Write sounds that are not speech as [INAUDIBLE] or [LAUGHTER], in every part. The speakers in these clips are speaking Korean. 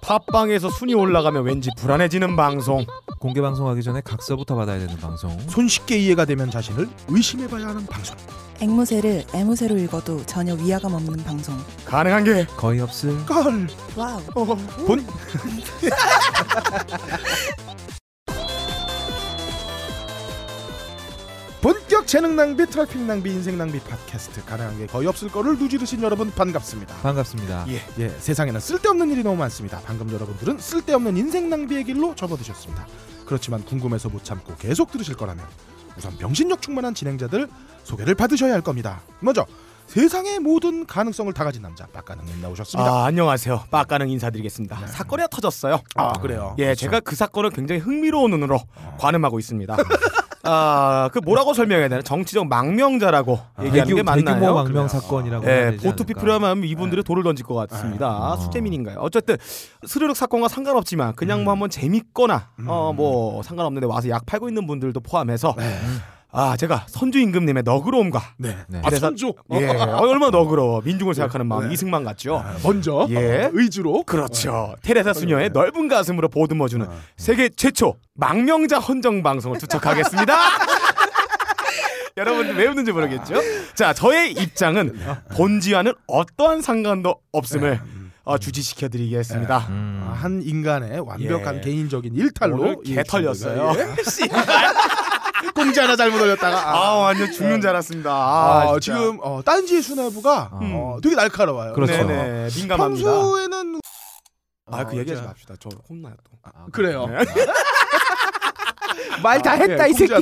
팟빵에서 순위 올라가면 왠지 불안해지는 방송 공개 방송하기 전에 각서부터 받아야 되는 방송. 손쉽게 이해가 되면 자신을 의심해봐야 하는 방송. 앵무새를 애무새로 읽어도 전혀 위화감 없는 방송. 가능한 게 거의 없을 걸. 와우. 어, 본- [LAUGHS] 본격 재능 낭비, 트래픽 낭비, 인생 낭비 팟캐스트 가능한 게 거의 없을 거를 누지르신 여러분 반갑습니다. 반갑습니다. 예, 예, 세상에는 쓸데없는 일이 너무 많습니다. 방금 여러분들은 쓸데없는 인생 낭비의 길로 접어드셨습니다. 그렇지만 궁금해서 못 참고 계속 들으실 거라면 우선 병신력 충만한 진행자들 소개를 받으셔야 할 겁니다. 먼저 세상의 모든 가능성을 다 가진 남자 박가능님 나오셨습니다. 아, 안녕하세요 빡가능 인사드리겠습니다 사건이 하나 터졌어요 아, 그래요? 예 그렇죠. 제가 그 사건을 굉장히 흥미로운 눈으로 관음하고 있습니다 아그 뭐라고 설명해야 되나 정치적 망명자라고 얘기하는 게 아, 대규모 맞나요? 망명 그래요. 사건이라고 해야 예, 되지 보투피 않을까. 필요하면 이분들이 돌을 던질 것 같습니다. 어. 수재민인가요? 어쨌든 스르륵 사건과 상관없지만 그냥 뭐 한번 재밌거나 어 뭐 상관없는데 와서 약 팔고 있는 분들도 포함해서 아 제가 선주 임금님의 너그러움과 네. 네. 아, 그래서- 선조. 예, 어, 얼마나 너그러워 민중을 생각하는 마음 네. 이승만 같죠. 먼저 예. 의지로 그렇죠. 테레사 수녀의 네. 넓은 가슴으로 보듬어주는 어. 세계 최초 망명자 헌정 방송을 투척하겠습니다. [LAUGHS] 여러분들 왜 웃는지 모르겠죠? 자, 저의 입장은 본지와는 어떠한 상관도 없음을 어, 주지시켜드리겠습니다. 음. 아, 한 인간의 완벽한 예. 개인적인 오늘 일탈로 개 털렸어요. [LAUGHS] 공지 하나 잘못 아, 올렸다가 아, 완전 죽는 줄 알았습니다. 아, 아, 진짜. 지금 어, 딴지의 수뇌부가 아. 음. 어, 되게 날카로워요. 그렇죠. 네, 네. 네네, 민감합니다. 평소에는 아, 그 어, 얘기하지 이제- 맙시다. 저 혼나요 예, 또. 아, [LAUGHS] 그래요. 네. 말 다 했다 예, 이 새끼. [LAUGHS] 아,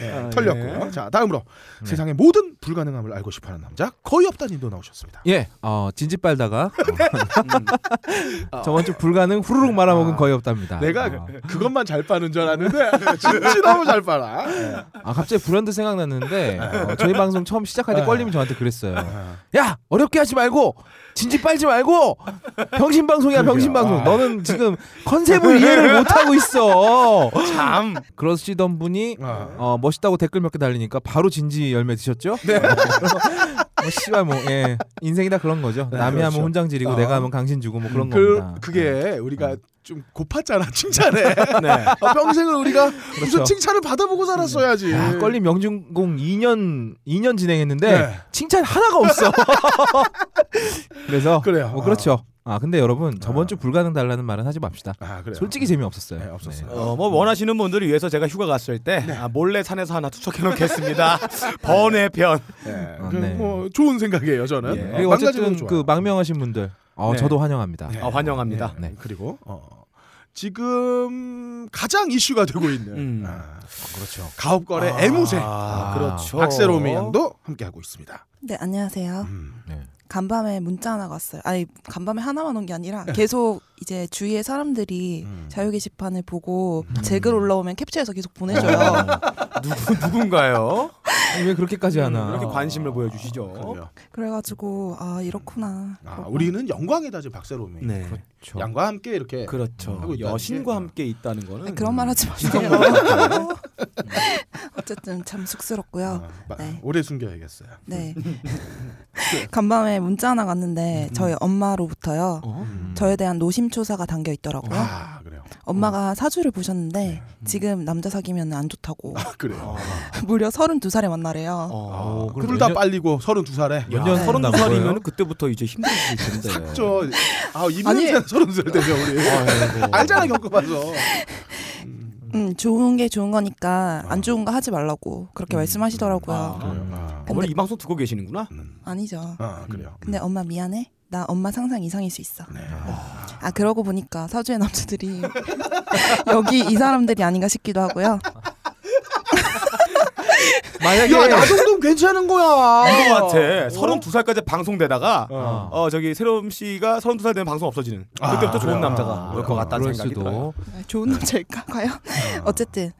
예. 털렸고요. 자 다음으로 세상의 모든 불가능함을 알고 싶어하는 남자 거의 없다님도 나오셨습니다. 예, 어, [LAUGHS] 진집 빨다가 어. 음. 저번 주 불가능 후루룩 말아먹은 아. 거의 없답니다. 내가 어. 그것만 잘 빠는 줄 알았는데 진짜 너무 잘 빨아. 예. 아 갑자기 불현듯 생각났는데 [LAUGHS] 어, 저희 방송 처음 시작할 때 네. 껄림이 저한테 그랬어요. 야 어렵게 하지 말고 진지 빨지 말고 병신 방송이야 병신 아. 방송. 너는 지금 컨셉을 [LAUGHS] 이해를 못 하고 있어. 참. 그러시던 분이 아. 어, 멋있다고 댓글 몇 개 달리니까 바로 진지 열매 드셨죠? 네. 뭐 씨발 뭐 예. 인생이 다 그런 거죠. 남이 그렇죠. 하면 혼장지리고 어. 내가 하면 강신주고 뭐 그런 그 겁니다. 그게 우리가 좀 고팠잖아 칭찬에 네. 어, 평생을 우리가 무슨 그렇죠. 칭찬을 받아보고 살았어야지. 야, 껄림 명중공 2년 2년 진행했는데 음. 네. 칭찬 하나가 없어. 그래서 그래요. 뭐 그렇죠. 아 근데 여러분 저번 주 불가능 달라는 말은 하지 맙시다. 아 그래요. 솔직히 재미 없었어요. 네, 없었어요. 어, 뭐 원하시는 분들을 위해서 제가 휴가 갔을 때 아, 몰래 산에서 하나 투척해 놓겠습니다. 번외편. 예, 아, 그 네. 뭐 좋은 생각이에요 저는. 예. 어, 그리고 망가지는 어쨌든 건 그 좋아요. 망명하신 분들 어, 네. 저도 환영합니다. 네. 어, 환영합니다. 네. 그리고 어, 지금 가장 이슈가 되고 있는 음. 아, 그렇죠. 가업거래 애무새 아, 아, 그렇죠. 박세롬이 양도 함께 하고 있습니다. 네 안녕하세요. 음. 간밤에 문자 하나 왔어요. 아니 간밤에 하나만 온 게 아니라 계속 이제 주위에 사람들이 네. 음. 자유 게시판을 보고 제 글 올라오면 캡처해서 계속 보내줘요. 음. 누구 누군가요? 아니, 왜 그렇게까지 하나? 이렇게 관심을 보여주시죠. 그래요. [LAUGHS] 그래가지고 아 이렇구나. 아, 우리는 영광이다 지금 박세롬이 네, 그렇죠. 양과 함께 이렇게 네. 하고 그렇죠. 있다는 여신과 게- 함께 있다는 아니, 거는 어. 그런 말 하지 마세요. 어쨌든 참 쑥스럽고요. 아, 마- 네. 오래 숨겨야겠어요. 네. [LAUGHS] 간밤에 문자 하나 왔는데 음, 저희 엄마로부터요. 어? 음. 저에 대한 노심초사가 담겨 있더라고요. 아 그래요. 엄마가 사주를 보셨는데 지금 남자 사귀면 안 좋다고 [LAUGHS] 아, 그래요. 무려 32살에 만나래요. 어. 어, 그럼 아, 둘 다 연연- 빨리고 32살에 연연 야, 네. 32 서른 [LAUGHS] 살 살이면 거예요? 그때부터 이제 힘들어질 텐데. 저, 아, 아니. 입냄새 서른 살 되면 우리. 아이고. [LAUGHS] 알잖아, 겪어봐서. 음, 좋은 게 좋은 거니까 안 좋은 거 하지 말라고 그렇게 말씀하시더라고요. 아. 아. 아, 어머니 이 방송 듣고 계시는구나. 니죠 아, 그래요. 근데 엄마 미안해. 나 엄마 상상 이상일 수 있어. 네. 아 그러고 보니까 사주의 남자들이 [LAUGHS] 여기 이 사람들이 아닌가 싶기도 하고요. 만약에 야, 나 정도면 괜찮은 거야. 이거 같아. 32살까지 방송되다가 어. 어 저기 세롬 씨가 32살 되면 방송 없어지는. 아, 그때부터 좋은 그래요. 남자가 아, 올 것 같다는 그럴 생각이 수도. 들어요. 아, 좋은 남자일까 과연? 어쨌든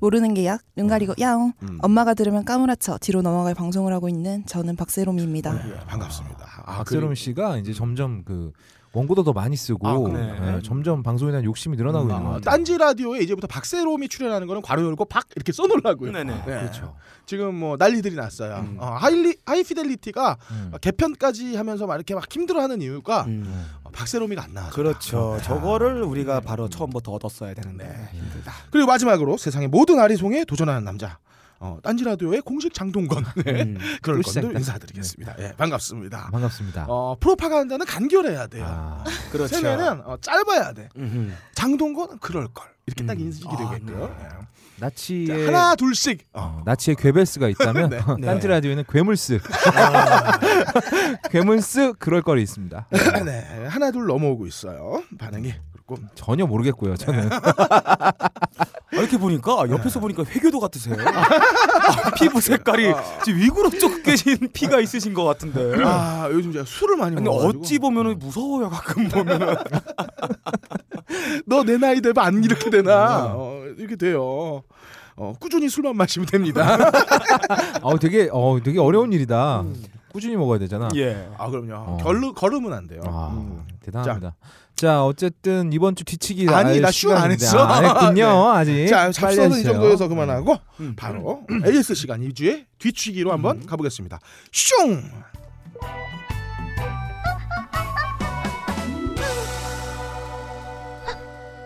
모르는 게 약, 눈 가리고 야옹. 음. 엄마가 들으면 까무라쳐 뒤로 넘어갈 네. 방송을 하고 있는 저는 박세롬입니다. 예, 반갑습니다. 아, 박세롬 씨가 이제 점점 그 원고도 더 많이 쓰고 아, 그러네. 예, 점점 방송에 대한 욕심이 늘어나고 음, 있는 것 아, 같아요. 딴지 라디오에 이제부터 박세롬이 출연하는 거는 괄호 열고 박 이렇게 써놓으려고요. 네네. 네. 그렇죠. 지금 뭐 난리들이 났어요. 음. 어, 하이리, 하이피델리티가 음. 개편까지 하면서 막 이렇게 막 힘들어하는 이유가 음. 어, 박세롬이가 안 나와서. 그렇죠. 저거를 우리가 바로 처음부터 얻었어야 되는데 힘들다. 그리고 마지막으로 세상의 모든 아리송에 도전하는 남자. 어, 딴지 라디오의 공식 장동건. [LAUGHS] 네. 음. 그럴 또 시작이다. 건들 인사드리겠습니다. 예, 반갑습니다. 아, 반갑습니다. 어, 프로파간다는 간결해야 돼요. 아, 그렇죠. 세뇌는 어, 짧아야 돼. 음흠. 장동건 그럴 걸 이렇게 딱 음. 인식이 아, 되겠고요. 네. 예. 자, 나치의 하나 둘씩 어, 어, 나치의 괴벨스가 있다면 [LAUGHS] 네. 아. 네. [LAUGHS] 딴지 라디오에는 괴물스 [LAUGHS] 괴물스 그럴 거리 있습니다. [LAUGHS] 네, 하나 둘 넘어오고 있어요. 반응이 그렇고 전혀 모르겠고요. 저는 네. 아, 이렇게 보니까 옆에서 보니까 회교도 같으세요. [LAUGHS] 아, 피부 색깔이 지금 위구르 쪽 계신 피가 있으신 것 같은데. 아 요즘 제가 술을 많이 근데 먹어가지고 어찌 보면은 무서워요 가끔 보면은. 너 내 나이 되면 안 이렇게 되나 어, 이렇게 돼요. 어, 꾸준히 술만 마시면 됩니다. 어 되게 어 되게 어려운 일이다. 음. 꾸준히 먹어야 되잖아. 예. 아 그럼요. 어. 결루, 걸음은 안 돼요. 아, 음. 대단합니다. 자. 어쨌든 이번 주 뒤치기 아니, 할 나슛안 시간인데. 했어. 아, 안 했군요. [LAUGHS] 아직. 네. 자, 빨리 잡서는 이 해주세요. 정도에서 그만하고 음. 바로 AS 시간 2주에 뒤치기로 한번 가보겠습니다. 슝!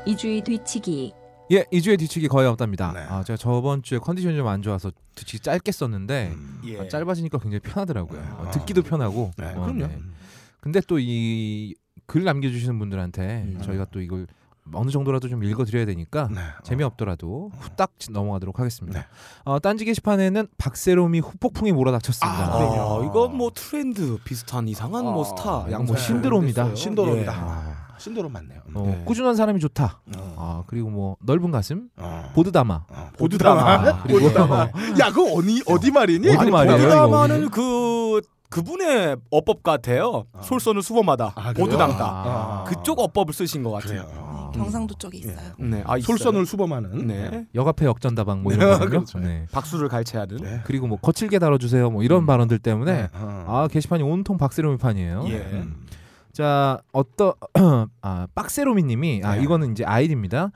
이주의 뒤치기 예, 2주에 뒤치기 거의 없답니다. 네. 아, 제가 저번 주에 컨디션이 좀 안 좋아서 뒤치기 짧게 네. 썼는데 예. 아, 짧아지니까 굉장히 편하더라고요. 어, 음. 아. 듣기도 편하고. 네, 어, 그럼요. 네. 근데 또 이 글 남겨주시는 분들한테 음. 저희가 또 이걸 어느 정도라도 좀 읽어드려야 되니까 네. 재미없더라도 후딱 넘어가도록 하겠습니다. 네. 어, 딴지 게시판에는 박세롬이 후폭풍이 몰아닥쳤습니다. 아, 아, 그래요. 이건 뭐 트렌드 비슷한 이상한 뭐 스타 아, 양모 뭐 신드롬이다. 있어요. 신드롬이다. 예. 아. 아, 신도로 맞네요. 음. 어, 네. 꾸준한 사람이 좋다. 어. 아 그리고 뭐 넓은 가슴, 어. 아. 보드다마. 어, 보드다마. 보드다마. 그리고 보드다마. [LAUGHS] 야, 그거 어디 어디 말이니? 어디 아니 말이에요, 보드다마는 그 그분의 어법 같아요. 아. 솔선을 수범하다. 아, 그래요? 보드 담다. 아. 아. 그쪽 어법을 쓰신 것 같아요. 그래요. 경상도 쪽에 있어요. 네. 아, 있어요. 솔선을 수범하는. 네. 역앞에 역전다방 [LAUGHS] 뭐 이런 거요. 그렇죠. 네. 박수를 갈채하는. 네. 그리고 뭐 거칠게 다뤄주세요. 뭐 음. 이런 발언들 때문에 어. 아 게시판이 온통 박세롬이 판이에요. 네. 예. 음. 자 어떤 [CLEARS THROAT] 아 빡세롬이님이 아 네. 이거는 이제 아이디입니다.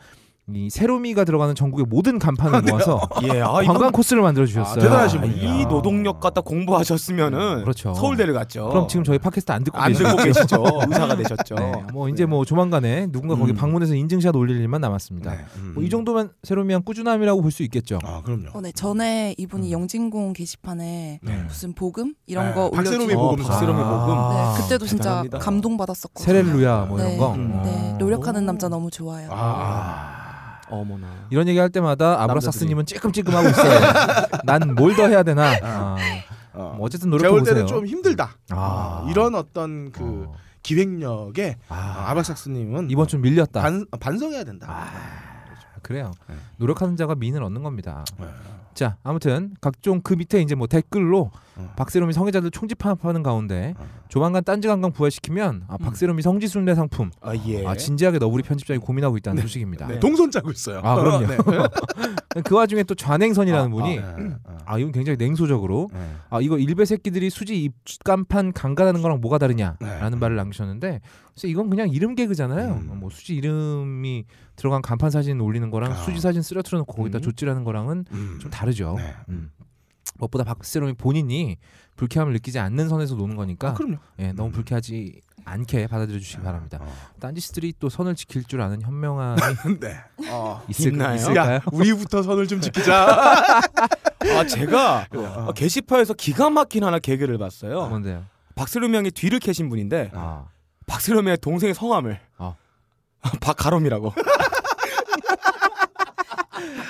이 세롬이가 들어가는 전국의 모든 간판을 모아서 예. 아, 이건 관광 코스를 만들어 주셨어요. 아, 대단하신 분이야. 이 노동력 갖다 공부하셨으면은 그렇죠. 서울대를 갔죠. 그럼 지금 저희 팟캐스트 안 듣고 안 계시죠? 들고 계시죠. 의사가 되셨죠. [LAUGHS] 네, 뭐 이제 뭐 조만간에 누군가 거기 음. 방문해서 인증샷 올릴 일만 남았습니다. 네. 음. 뭐 이 정도면 세롬이한 꾸준함이라고 볼 수 있겠죠. 아, 그럼요. 어, 네. 전에 음. 이분이 영진공 게시판에 네. 무슨 복음 이런 네, 거 박세롬이 올려주고 복음. 박세롬의 아. 복음. 네, 그때도 진짜 대단합니다. 감동 받았었거든요. 세렐루야 뭐 이런 네. 거. 음. 네, 어. 노력하는 오. 남자 너무 좋아요. 아. 어머나. 이런 얘기 할 때마다 아브라삭스님은 찔끔찔끔하고 있어요. 난 뭘 더 해야 되나. 아, 어. 뭐 어쨌든 제가 볼 노력해 때는 보세요. 좀 힘들다. 아. 이런 어떤 그 어. 기획력에 아, 아, 바삭스님은 이번 좀 밀렸다. 아, 반, 반성해야 된다. 그래요. 네. 노력하는 자가 미인을 얻는 겁니다. 네. 자, 아무튼 각종 그 밑에 이제 뭐 댓글로 어. 박세롬이 성애자들 총집합하는 가운데 어. 음. 조만간 딴지 관광 부활시키면 아, 박세롬이 성지순례 상품 아 예. 아, 진지하게 너구리 편집장이 고민하고 있다는 소식입니다. 네. 동선 짜고 있어요. 아, 그럼요. [LAUGHS] 네. 그 와중에 또 좌냉선이라는 아, 분이 네. 아, 어. 이건 굉장히 냉소적으로 네. 아 이거 일베 새끼들이 수지 입간판 강간하는 거랑 뭐가 네. 다르냐라는 말을 남기셨는데 그래서 이건 그냥 이름 개그잖아요. 음. 뭐 수지 이름이 들어간 간판 사진 올리는 거랑 아. 수지 사진 쓰러뜨려 놓고 거기다 음. 조찌라는 거랑은 음. 좀 다르죠. 네. 음. 무엇보다 박세롬이 본인이 불쾌함을 느끼지 않는 선에서 노는 거니까 아, 그럼요. 예, 너무 음. 불쾌하지 않게 받아들여 주시기 바랍니다. 어. [LAUGHS] 딴지스들이 또 선을 지킬 줄 아는 현명함이 네. 어. 있을, 있나요? 있을까요? 야, 우리부터 선을 좀 지키자. 아 제가 네. 어. 아, 게시판에서 기가 막힌 하나 개그를 봤어요. 뭔데요? 박세롬 양의 뒤를 캐신 분인데 어. 아. 박세롬의 동생의 성함을 어. [LAUGHS] 박가롬이라고.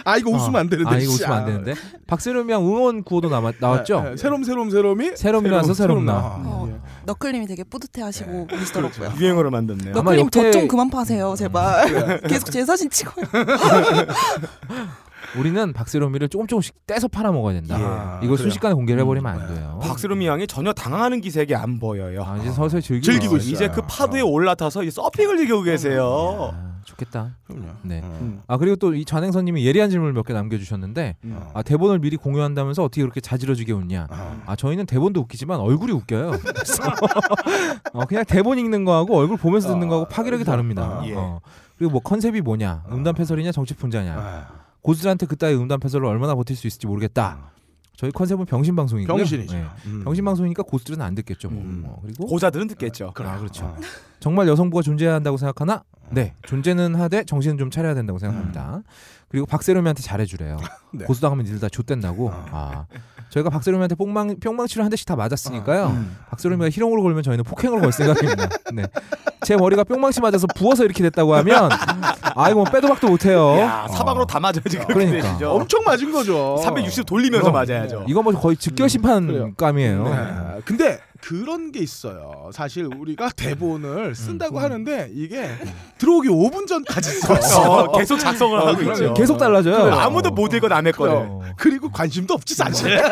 아 이거 웃으면 안 되는데. 아 이거 씨. 웃으면 안 되는데. 박세롬이 형 응원 구호도 남았, 나왔죠. 네, 네. 새롬 새롬 새롬이 새롬이라서 새롬, 새롬나. 새롬나. 예, 어, 너클님이 되게 뿌듯해하시고 그렇죠. 계시더라고요. 유행어를 만드네요. 아마 너클님 역대- 저좀 그만 파세요, 제발. [LAUGHS] 계속 제 사진 찍어요. 우리는 박세롬이를 조금 조금씩 떼서 팔아 먹어야 된다. 예. 아, 이거 그래요. 순식간에 공개를 해버리면 음, 안 돼요. 박세롬이 양이 전혀 당하는 기색이 안 보여요. 아, 이제 서서히 즐기고, 즐기고 있어요. 있어요. 이제 그 파도에 올라타서 이 서핑을 즐기고 계세요. 아, 좋겠다. 그럼요. 네. 음. 아 그리고 또 이 잔행선님이 예리한 질문을 몇 개 남겨주셨는데 어. 아 대본을 미리 공유한다면서 어떻게 그렇게 자지러지게 웃냐? 어. 아 저희는 대본도 웃기지만 얼굴이 웃겨요. [LAUGHS] 어, 그냥 대본 읽는 거하고 얼굴 보면서 듣는 거하고 파괴력이 다릅니다. 아, 예. 어. 그리고 뭐 컨셉이 뭐냐, 음담 패설이냐, 정치 풍자냐, 아. 고수들한테 그따위 음담 패설을 얼마나 버틸 수 있을지 모르겠다. 저희 컨셉은 병신 방송이고요. 병신이죠. 예. 음. 병신 방송이니까 고수들은 안 듣겠죠. 뭐. 음. 어, 그리고 고자들은 듣겠죠. 아, 그렇죠. 어. 정말 여성부가 존재해야 한다고 생각하나? 네, 존재는 하되 정신은 좀 차려야 된다고 생각합니다. 그리고 박세롬이한테 잘해주래요. 네. 고수당 하면 일다 좆된다고. 아, 저희가 박세롬이한테 뽕망, 뿅망치를 한 대씩 다 맞았으니까요. 박세롬이가 희롱으로 걸면 저희는 폭행을 걸 생각입니다. 네. 제 머리가 뿅망치 맞아서 부어서 이렇게 됐다고 하면 아 이거 뭐 빼도 박도 못해요. 야, 사방으로 어. 다 맞아요 지금 그러니까. 어. 되시죠. 엄청 맞은 거죠. 360 어? 돌리면서 그럼. 맞아야죠. 이건 뭐 거의 그래요. 즉결심판감이에요. 네. 근데 그런 게 있어요. 사실 우리가 음. 대본을 쓴다고 하는데 이게 들어오기 5분 전까지 그렇죠. 어, 써요. 계속 작성을 어, 하고 그럼요. 있죠. 계속 달라져요. 그래요. 아무도 못 읽어 남의 거를. 어. 그리고 관심도 없지 사실. 음.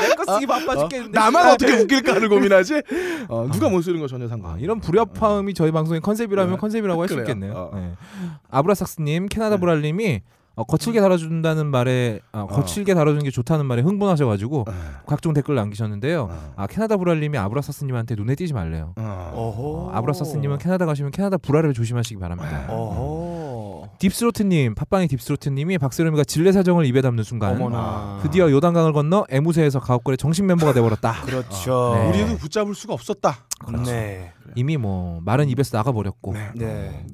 내거 쓰기 바빠 죽겠는데. 나만 어떻게 웃길까를 고민하지. 어, 누가 못 쓰는 거 네. 전혀 아, 상관. 이런 불협화음이 저희 방송의 컨셉이라면 네. 컨셉이라고 할 수 그래요. 있겠네요. 어. 네. 아브라삭스님, 캐나다 보랄님이 어, 거칠게 다뤄준다는 말에 아, 거칠게 다뤄주는 게 좋다는 말에 흥분하셔가지고 어. 아, 각종 댓글 남기셨는데요. 아 캐나다 보랄님이 아브라삭스님한테 눈에 띄지 말래요. 어. 어허. 어. 어, 아브라삭스님은 캐나다 가시면 캐나다 불화를 조심하시기 바랍니다. 어허. 딥스로트님, 팟빵의 딥스로트님이 박세롬이가 진례 사정을 입에 담는 순간 어머나. 아, 드디어 요단강을 건너 애무새에서 가옥걸의 정식 멤버가 [LAUGHS] 돼버렸다. 그렇죠. 네. 그렇죠. 우리도 붙잡을 수가 없었다. 네. 이미 뭐 말은 입에서 나가버렸고 네.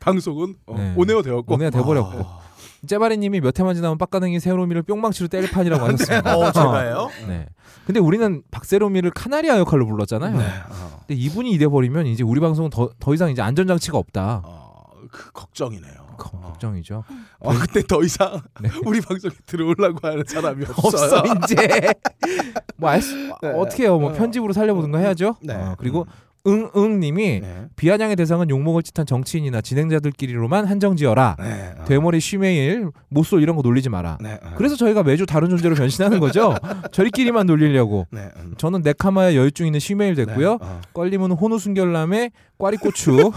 방송은 어, 네. 오네어 되었고. 오네가 돼버렸고 어, 째바리님이 몇 해만 지나면 빡가능이 세로미를 뿅망치로 때릴 [LAUGHS] 판이라고 네. 하셨습니다. 어, 제가요? [LAUGHS] 네. 근데 우리는 박세로미를 카나리아 역할로 불렀잖아요. 어. 근데 이분이 이래 버리면 이제 우리 방송은 더, 더 이상 이제 안전장치가 없다. 어, 그 걱정이네요. 걱- 어. 걱정이죠. 어, 근데 더 이상 [LAUGHS] 우리 방송에 들어오려고 하는 사람이 없어요. 네. 없어 이제. [LAUGHS] 뭐 알 수, 어떻게 해요? 뭐 편집으로 살려보든가 해야죠. 네. 음. 어, 그리고 응응님이 네. 비아냥의 대상은 욕먹을 짓한 정치인이나 진행자들끼리로만 한정지어라. 네. 어. 대머리 쉬메일 모쏠 이런 거 놀리지 마라. 네. 어. 그래서 저희가 매주 다른 존재로 변신하는 [LAUGHS] 거죠. 저희끼리만 놀리려고. 네. 음. 저는 네카마의 여유증 있는 시메일 됐고요. 네. 어. 껄림은 혼우 순결남의 꽈리고추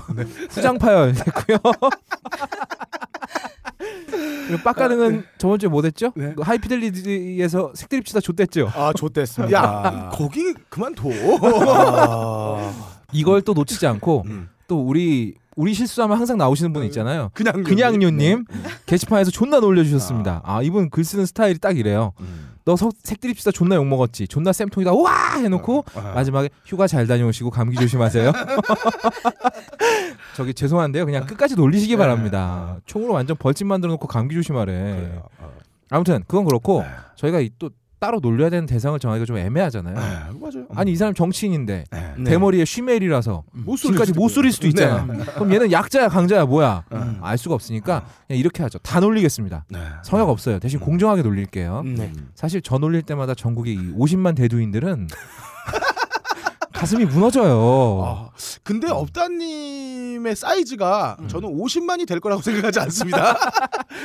후장파열 됐고요. 그리고 빡가능은 저번 주에 못했죠? 네. 그 하이피델리티에서 색드립 치다 좆됐죠. 아, 좋댔습니다. 야, 아. 거기 [LAUGHS] 그만둬. 아. 이걸 또 놓치지 않고 음. 또 우리 우리 실수하면 항상 나오시는 분 있잖아요. 그냥 그냥 네. 요님 게시판에서 존나 놀려주셨습니다. 아 이분 글 쓰는 스타일이 딱 이래요. 음. 너 석- 색드립 치다 존나 욕 먹었지. 존나 쌤통이다. 와 해놓고 아. 마지막에 휴가 잘 다녀오시고 감기 [LAUGHS] 조심하세요. 저기 죄송한데요. 그냥 끝까지 놀리시기 네. 바랍니다. 총으로 완전 벌집 만들어 놓고 감기 조심하래. 아. 그래요. 어. 아무튼 그건 그렇고 네. 저희가 이 또 따로 놀려야 되는 대상을 정하기가 좀 애매하잖아요. 네, 맞아요. 아니 이 사람 정치인인데 네. 음. 네. 대머리에 쉬메일이라서 모쏠일 지금까지 수도 못 소릴 수도 있고요. 네. 있잖아. 그럼 얘는 약자야 강자야 뭐야 음. 알 수가 없으니까 아. 그냥 이렇게 하죠. 다 놀리겠습니다. 네. 음. 네. 성역 없어요. 대신 공정하게 놀릴게요. 네. 사실 저 놀릴 때마다 전국의 이 50만 대두인들은 [LAUGHS] 가슴이 무너져요. 아, 근데 업다님의 사이즈가 저는 50만이 될 거라고 [LAUGHS] 생각하지 않습니다.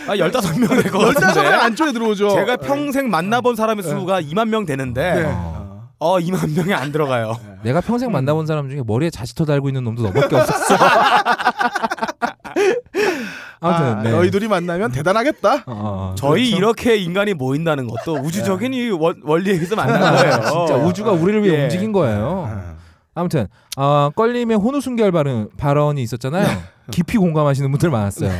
아, 15명 될것 열다섯 같은데. 명 안쪽에 들어오죠. 네. 제가 평생 만나본 사람의 수가 2만 명 되는데 아. 어. 어 2만 명이 안 들어가요. 내가 평생 만나본 사람 중에 머리에 자지터 달고 있는 놈도 [LAUGHS] 너밖에 없었어. 아무튼 아, 네. 너희들이 만나면 대단하겠다. 어, 어, 저희 그렇죠. 이렇게 인간이 모인다는 것도 우주적인 이 원, 원리에 의해서 만난 거예요. 아, 진짜 우주가 우리를 위해 예. 움직인 거예요. 아, 아무튼 어, 껄림의 혼우순결 발언, 발언이 있었잖아요. 네. 깊이 공감하시는 분들 많았어요.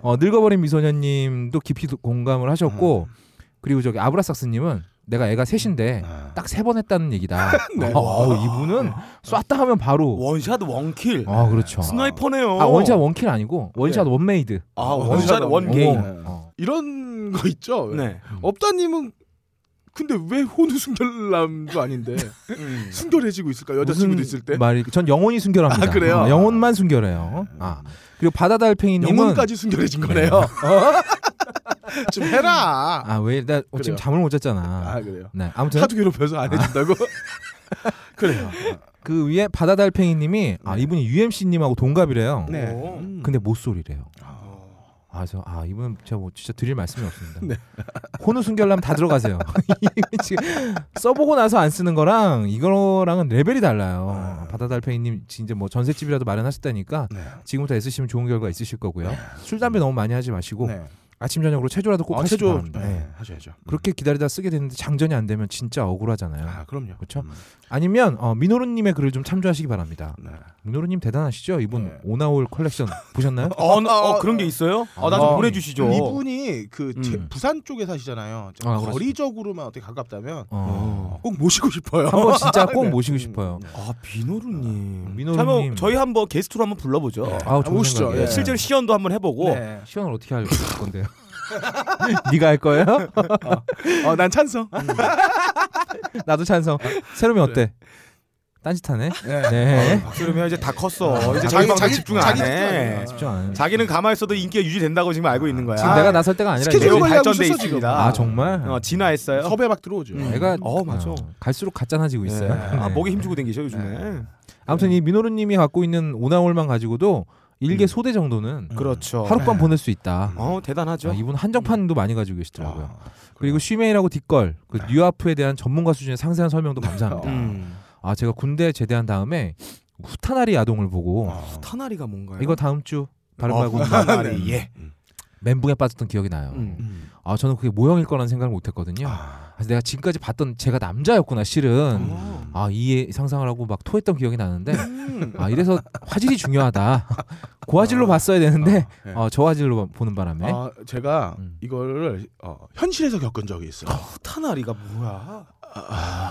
어, 늙어버린 미소녀님도 깊이 도- 공감을 하셨고 음. 그리고 저기 아브라삭스님은 내가 애가 셋인데 아. 딱 세 번 했다는 얘기다. [LAUGHS] 네. 어, 어, 이분은 쐈다 하면 바로. 원샷 원킬. 네. 아 그렇죠. 스나이퍼네요. 아 원샷 원킬 아니고 예. 원샷 원메이드. 아, 원샷 어, 원게임. 네. 어. 이런 거 있죠. 네. 업다님은 근데 왜 혼우 순결남도 아닌데 음. 순결해지고 있을까? 여자친구도 있을 때. 말이? 전 영혼이 순결합니다. 아, 그래요? 네. 어, 영혼만 순결해요. 아 그리고 바다달팽이님은 영혼까지 순결해진 거네요. 좀 해라. 아왜나 어, 그래요. 지금 잠을 못 잤잖아. 아 그래요. 네 아무튼 하도 괴롭혀서 안 해준다고. 그래요. 그 위에 바다달팽이님이 아 이분이 UMC님하고 동갑이래요. 네. 오. 근데 못 소리래요. 아, 저, 아, 이분 제가 뭐 진짜 드릴 말씀이 [LAUGHS] 없습니다. 네. 혼우 순결남 다 들어가세요. [LAUGHS] 이거 지금 써보고 나서 안 쓰는 거랑 이거랑은 레벨이 달라요. 아. 바다달팽이님 진짜 뭐 전셋집이라도 마련하셨다니까 네. 지금부터 애쓰시면 좋은 결과 있으실 거고요. 술 담배 너무 많이 하지 마시고 네. 아침 저녁으로 체조라도 꼭 아, 하시기 체조 바랍니다. 네. 네. 하셔야죠. 그렇게 기다리다 쓰게 되는데 장전이 안 되면 진짜 억울하잖아요. 아 그럼요. 그렇죠? 음, 아니면 어, 민호루님의 글을 좀 참조하시기 바랍니다. 네. 민호루님 대단하시죠? 이분 네. 오나홀 컬렉션 [LAUGHS] 보셨나요? 어, 나, 어, 그런 게 있어요? 어, 나 좀 어, 보내주시죠. 이분이 그 제- 음. 부산 쪽에 사시잖아요. 아, 그렇습니다. 거리적으로만 어떻게 가깝다면 어. 꼭 모시고 싶어요. 한번 진짜 꼭 네. 모시고 음, 싶어요. 네. 아 민호루님. 민호루님. 자, 그럼 저희 한번 게스트로 한번 불러보죠. 네. 아우, 좋은 오시죠. 생각이에요. 예. 예. 실제로 시연도 한번 해보고. 네. 시연을 [LAUGHS] 어떻게 할 건데요? [LAUGHS] 네가 할 거예요? 어, 난 찬성. 아, 나도 찬성. 새롬이 어때? 딴짓하네. 예. 어, 네. 박수름이 이제 다 컸어. 아, 이제 자기- 자기 방 자기- 집중 안 자기 해. 집중 쉽지 않아요. 자기는 가만히 있어도 인기가 유지된다고 지금 알고 있는 거야. 지금 내가 나설 때가 아니라 스케줄 내일 이제- 관리하고 발전돼 있었어, 있습니다. 지금. 아 정말. 어, 진화했어요. 섭외 막 들어오죠. 음. 애가 어, 맞아. 갈수록 가짠해지고 있어요. 네. 아, 네. 목에 힘주고 댕기죠 요즘에. 아무튼 이 민호루님이 갖고 있는 오나홀만 가지고도 음. 일개 소대 정도는 그렇죠. 하룻밤 보낼 수 있다. 어 대단하죠. 음. 아, 이분 한정판도 많이 가지고 계시더라고요. 아, 그리고 쉬메이라고 뒷걸 그 네. 뉴아프에 대한 전문가 수준의 상세한 설명도 감사합니다. 음. 아 제가 군대 제대한 다음에 후타나리 야동을 보고 아. 타나리가 뭔가요? 이거 다음 주 바른말고 어, 타나리 예. 멘붕에 빠졌던 기억이 나요. 음. 음. 아 저는 그게 모형일 거라는 생각을 못했거든요. 아. 그래서 내가 지금까지 봤던 제가 남자였구나 음. 실은 어. 아 이해 상상을 하고 막 토했던 기억이 나는데 음. 아 이래서 화질이 [LAUGHS] 중요하다. 고화질로 봤어야 되는데 아, 예. 어, 저화질로 보는 바람에 아, 제가 네. 음. 이거를 어, 현실에서 겪은 적이 있어요. 타나리가 어, 뭐야?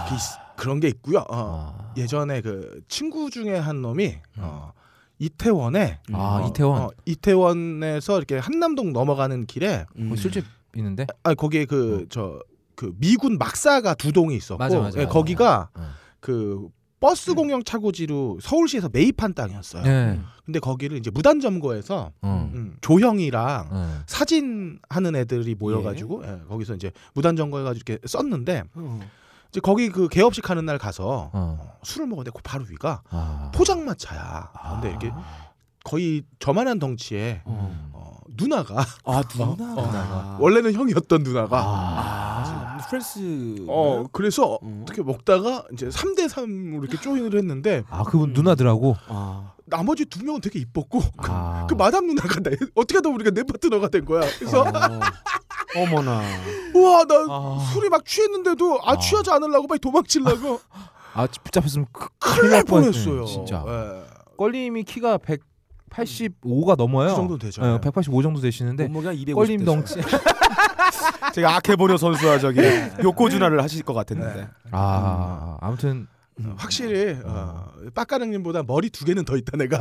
그 있- 그런 게 있고요. 어, 아, 예전에 그 친구 중에 한 놈이 어, 이태원에 음. 아, 어, 이태원. 어, 이태원에서 이렇게 한남동 넘어가는 길에 음. 뭐 술집 있는데 아 거기에 그 저 그 미군 막사가 두 동이 음. 있었고 맞아, 맞아, 예, 맞아. 거기가 어. 그 버스 공영 차고지로 서울시에서 매입한 땅이었어요. 네. 근데 거기를 이제 무단 점거해서 어. 음, 조형이랑 어. 사진 하는 애들이 모여가지고 예, 거기서 이제 무단 점거해가지고 이렇게 썼는데 어. 이제 거기 그 개업식 하는 날 가서 어. 어, 술을 먹었는데 그 바로 위가 아. 포장마차야. 근데 이렇게 거의 저만한 덩치에 음. 어. 어, 누나가 아 누나가 [LAUGHS] 원래는 형이었던 누나가 아. 아, 프랑스 어 그래서 음. 어떻게 먹다가 이제 3대 3으로 이렇게 조인을 했는데 아 그분 누나들하고 아. 나머지 두 명은 되게 이뻤고 [LAUGHS] 그, 아. 그 마담 누나가 내, 어떻게 하다 보니까 내 파트너가 된 거야. 그래서 어. 머나 우와 나 아. 술이 막 취했는데도 아 아. 취하지 않으려고 막 도망치려고 아 붙잡혔으면 크- 큰일 날 뻔했어요. 진짜. 예. 껄림이 키가 185가 넘어요. 그 정도 되죠. 네, 185 정도 되시는데 몸무게가 250 껄림 됐어요. 덩치. 제가 아케보려 선수와 저기 요코주나를 하실 것 같았는데 음. [LAUGHS] 아 아무튼 어, 확실히 어, 아. 빡가능님보다 머리 두 개는 더 있다 내가.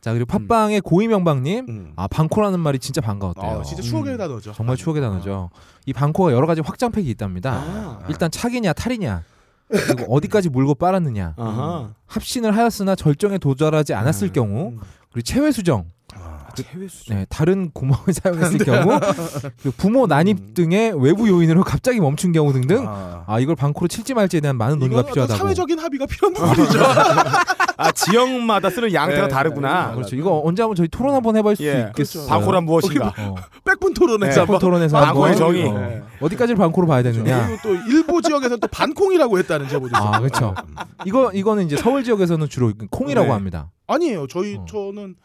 자 그리고 팟빵의 고이명방님 음. 아 방코라는 말이 진짜 반가웠대요. 음. 어, 진짜 추억의 단어죠. 아. 정말 추억의 단어죠. 이 방코가 여러 가지 확장팩이 있답니다. 아. 일단 착이냐 탈이냐 그리고 어디까지 물고 빨았느냐 음. 아하 합신을 하였으나 절정에 도달하지 않았을 경우 음. 그리고 체외 수정 체외 수준 네, 다른 구멍을 [LAUGHS] 사용했을 경우 그리고 부모 난입 등의 외부 요인으로 갑자기 멈춘 경우 등등 음. 아. 아 이걸 방코로 칠지 말지에 대한 많은 논의가 이건 어떤 필요하다고 사회적인 합의가 필요한 부분이죠. 아 지역마다 쓰는 양태가 네, 다르구나 그렇죠 이거 언제 한번 저희 토론 한번 해볼 수 예. 있겠어요 방코란 무엇인가 네. 어, [LAUGHS] 백분 토론에서 방코 토론에서 방코의 한번, 정의. 어, 어디까지를 방코로 봐야 되느냐 그리고 또 일부 지역에서 또 반콩이라고 했다는 제보도 있어요. 음. 아 그렇죠 이거 이거는 이제 서울 지역에서는 주로 콩이라고 네. 합니다 아니에요. 저희 어. 저는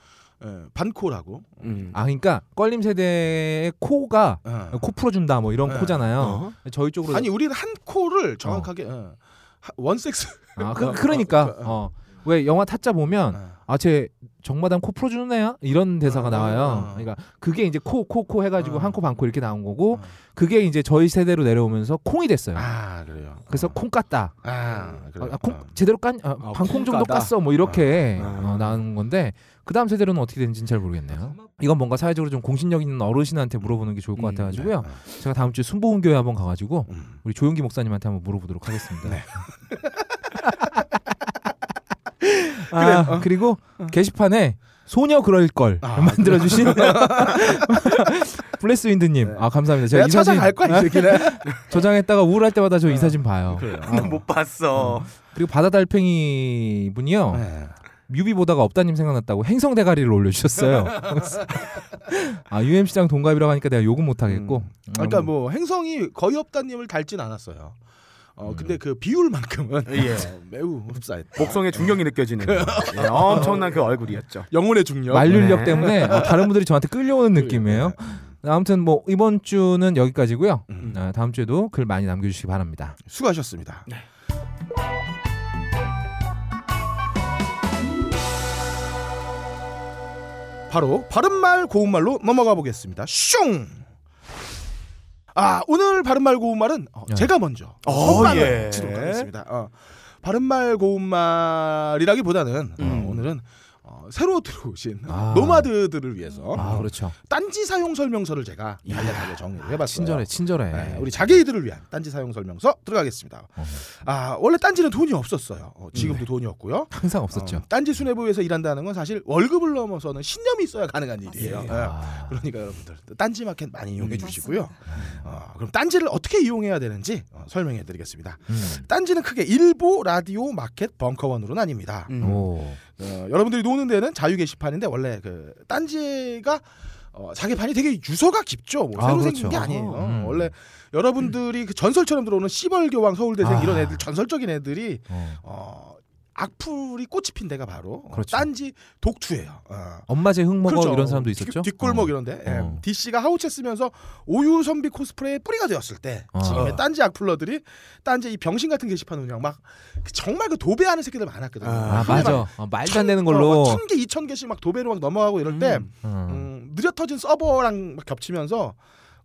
예, 반코라고. 음. 아 그러니까 껄림 세대의 코가 예. 코 풀어준다 뭐 이런 네. 코잖아요 어. 저희 쪽으로 아니 우리는 한 어. 코를 정확하게 예, 하- 원섹스. 아, 그, 그러니까 어. 왜 영화 타짜 보면 예. 아 제 정마담 코 풀어주는 애야 이런 대사가 아, 나와요. 아. 그러니까 그게 이제 코 코 코 해가지고 아. 한 코 반 코 이렇게 나온 거고 아. 그게 이제 저희 세대로 내려오면서 콩이 됐어요. 아 그래요. 네. 그래서 콩 깠다. 아 그래요. 아, 콩 제대로 깐 아, 아, 반콩 콩 정도 까다. 깠어 뭐 이렇게 아. 어, 나온 건데 그 다음 세대로는 어떻게 되는지는 잘 모르겠네요. 이건 뭔가 사회적으로 좀 공신력 있는 어르신한테 물어보는 게 좋을 것 음, 같아가지고요. 네, 제가 다음 주에 순복음 교회 한번 가가지고 음. 우리 조용기 목사님한테 한번 물어보도록 하겠습니다. 네. [LAUGHS] 아, 그리고 게시판에 소녀 그럴 걸 어. 아, 만들어 주신 [LAUGHS] 블레스 윈드님, 아 감사합니다. 제가 네. 내가 이 사진 찾아갈 어. 거야 이 새끼는. 저장했다가 우울할 때마다 어. 저 이 사진 봐요. 음. 그래요. 못 봤어 그리고 바다달팽이 분이요, 네. 뮤비 보다가 업다님 생각났다고 행성 대가리를 올려주셨어요. [LAUGHS] 아 UMC랑 동갑이라고 하니까 내가 욕은 못하겠고. 음. 그러니까 뭐 행성이 거의 없다님을 닮진 않았어요. 어 근데 그 비율만큼은 어, [LAUGHS] 매우 흡사했다. 목성의 중력이 느껴지는 예, 엄청난 그 얼굴이었죠. 영혼의 중력. 말륜력 네. 때문에 어, 다른 분들이 저한테 끌려오는 느낌이에요. 아무튼 뭐 이번 주는 여기까지고요. 음. 아, 다음 주에도 글 많이 남겨주시기 바랍니다. 수고하셨습니다. 네. 바로 바른말 고운말로 넘어가 보겠습니다. 슝! 아 오늘 바른말 고운말은 어, 네. 제가 먼저 어, 선발을 예. 치도록 하겠습니다. 어, 바른말 고운말이라기보다는 음. 어, 오늘은 어, 새로 들어오신 아. 노마드들을 위해서 아 그렇죠. 딴지 사용 설명서를 제가 간략하게 정리를 해봤어요. 친절해, 친절해. 네, 우리 자기들을 위한 딴지 사용 설명서 들어가겠습니다. 어. 아 원래 딴지는 돈이 없었어요. 어, 지금도 돈이 없고요. 항상 없었죠. 어, 딴지 수뇌부에서 일한다는 건 사실 월급을 넘어서는 신념이 있어야 가능한 일이에요. 맞습니다. 예. 아, 그러니까 여러분들 딴지 마켓 많이 이용해 주시고요. 맞습니다. 어, 그럼 딴지를 어떻게 이용해야 되는지 어, 설명해 드리겠습니다. 음. 딴지는 크게 일보, 라디오, 마켓, 벙커원으로 나뉩니다. 음. 오. 어, 여러분들이 노는 데는 자유 게시판인데 원래 그 딴지가 어, 자기판이 되게 유서가 깊죠. 뭐 아, 새로 그렇죠. 생긴 게 아니에요. 음. 원래 여러분들이 그 전설처럼 들어오는 시벌교황 서울대생 아. 이런 애들 전설적인 애들이 어. 어, 악플이 꽃이 핀 데가 바로 어, 그렇죠. 딴지 독투예요. 어. 엄마 제 흑먹어 그렇죠. 이런 사람도 있었죠. 뒷, 골목 어. 이런데 예. 어. DC가 하우체 쓰면서 오유 선비 코스프레의 뿌리가 되었을 때 아. 지금의 딴지 악플러들이 딴지 이 병신 같은 게시판 운영 막 정말 그 도배하는 새끼들 많았거든요. 아, 아 하루에 막 맞아. 어, 말도 안 되는 걸로. 어, 천개 이천 개씩 막 도배로 막 넘어가고 이럴 때 음. 음. 느려터진 서버랑 막 겹치면서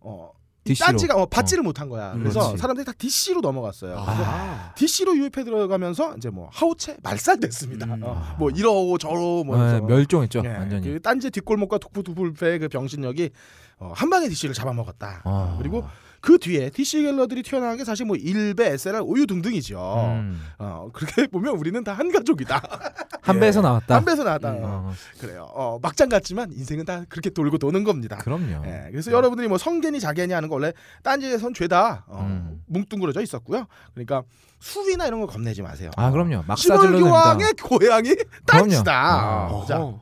어 DC로. 딴지가 어, 받지를 못한 거야. 음, 그래서 그렇지. 사람들이 다 DC로 넘어갔어요. 그래서 아. DC로 유입해 들어가면서 이제 뭐 하우체 말살됐습니다. 음. 어, 뭐 이러고 저러고 뭐 네, 해서. 멸종했죠. 예, 완전히. 그 딴지 뒷골목과 독부두불패의 그 병신력이 어, 한 방에 DC를 잡아먹었다. 아. 그리고 그 뒤에 DC 갤러들이 튀어나온 게 사실 뭐 일베, SLR, 오유 등등이죠. 음. 어, 그렇게 [LAUGHS] 보면 우리는 다 한 가족이다. 한 배에서 나왔다. 예. 한 배에서 나왔다. 음. 어. 어, 그래요. 어, 막장 같지만 인생은 다 그렇게 돌고 도는 겁니다. 그럼요. 예, 그래서 여러분들이 뭐 성계니 자계니 하는 거 원래 딴지에선 죄다 어, 음. 뭉뚱그려져 있었고요. 그러니까 수위나 이런 거 겁내지 마세요. 아 그럼요. 막사질러 시벌교황의 고향이 딴지다. 그럼요. 아. 어, 자,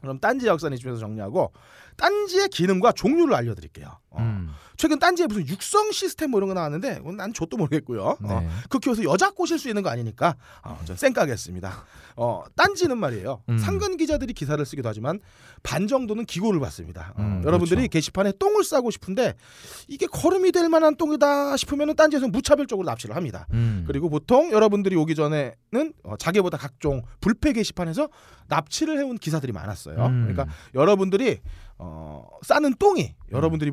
그럼 딴지 역사는 이쯤에서 정리하고 딴지의 기능과 종류를 알려드릴게요. 어, 음. 최근 딴지에 무슨 육성 시스템 뭐 이런 거 나왔는데 그건 난 좆도 모르겠고요. 네. 어, 그 키워서 여자 꼬실 수 있는 거 아니니까 어, 저 쌩까겠습니다. 어, 딴지는 말이에요. 음. 상근 기자들이 기사를 쓰기도 하지만 반 정도는 기고를 받습니다. 어, 음, 여러분들이 그렇죠. 게시판에 똥을 싸고 싶은데 이게 거름이 될 만한 똥이다 싶으면 딴지에서 무차별적으로 납치를 합니다. 음. 그리고 보통 여러분들이 오기 전에는 어, 자기보다 각종 불패 게시판에서 납치를 해온 기사들이 많았어요. 음. 그러니까 여러분들이 어, 싸는 똥이 여러분들이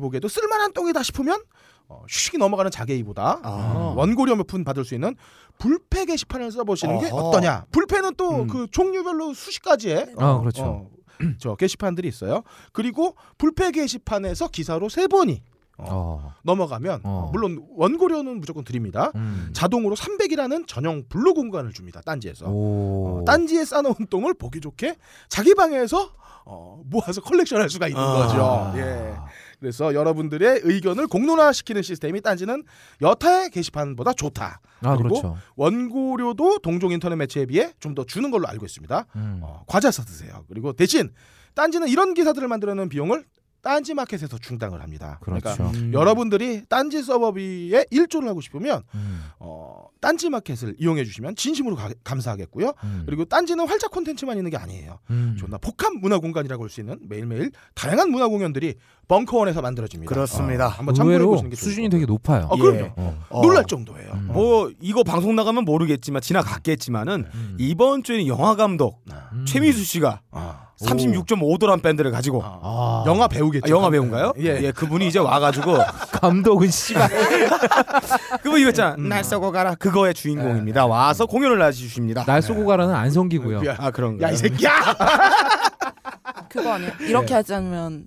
음. 보기에도 쓸만한 똥이다 싶으면 어, 슉 넘어가는 자개이보다 아. 원고료 몇 푼 받을 수 있는 불패 게시판을 써보시는 게 어허. 어떠냐. 불패는 또 음. 네. 그 종류별로 수십 가지의 아 그렇죠. 어, [CLEARS THROAT] 저 게시판들이 있어요. 그리고 불패 게시판에서 기사로 세 번이 어. 넘어가면 어. 물론 원고료는 무조건 드립니다. 음. 자동으로 300이라는 전용 블루 공간을 줍니다. 딴지에서. 오. 어, 딴지에 싸놓은 똥을 보기 좋게 자기 방에서 어, 모아서 컬렉션할 수가 있는 아. 거죠. 예. 그래서 여러분들의 의견을 공론화시키는 시스템이 딴지는 여타의 게시판보다 좋다. 아 그리고 그렇죠. 원고료도 동종 인터넷 매체에 비해 좀 더 주는 걸로 알고 있습니다. 음. 어, 과자 사 드세요. 그리고 대신 딴지는 이런 기사들을 만들어내는 비용을 딴지 마켓에서 충당을 합니다. 그렇죠. 러니까 여러분들이 딴지 서버비에 일조를 하고 싶으면 음. 어, 딴지 마켓을 이용해 주시면 진심으로 가- 감사하겠고요. 음. 그리고 딴지는 활짝 콘텐츠만 있는 게 아니에요. 음. 존나 복합 문화 공간이라고 할 수 있는 매일매일 다양한 문화 공연들이 벙커원에서 만들어집니다. 그렇습니다. 어, 한번 참고해 의외로 보시는 게 좋을 수준이 것 되게 높아요. 같아요. 어, 그럼요. 어. 어. 놀랄 정도예요. 음. 어, 뭐 이거 방송 나가면 모르겠지만 지나갔겠지만은 음. 이번 주에는 영화 감독 음. 최민수 씨가 아, 36.5도란 밴드를 가지고 아. 아. 영화 배우겠죠. 아, 영화 배우인가요? 예. 예, 그분이 이제 와가지고 [LAUGHS] 감독은 [LAUGHS] 씨발 그분 이거 있잖아. 음. 날 쏘고 가라. 그거의 네. 주인공입니다. 와서 공연을 해주십니다. 날 쏘고 가라는 안성기고요. 야, 아 그런가. 네. 야, 이 새끼야! 그거 아니야? 네. 이렇게 하지 않으면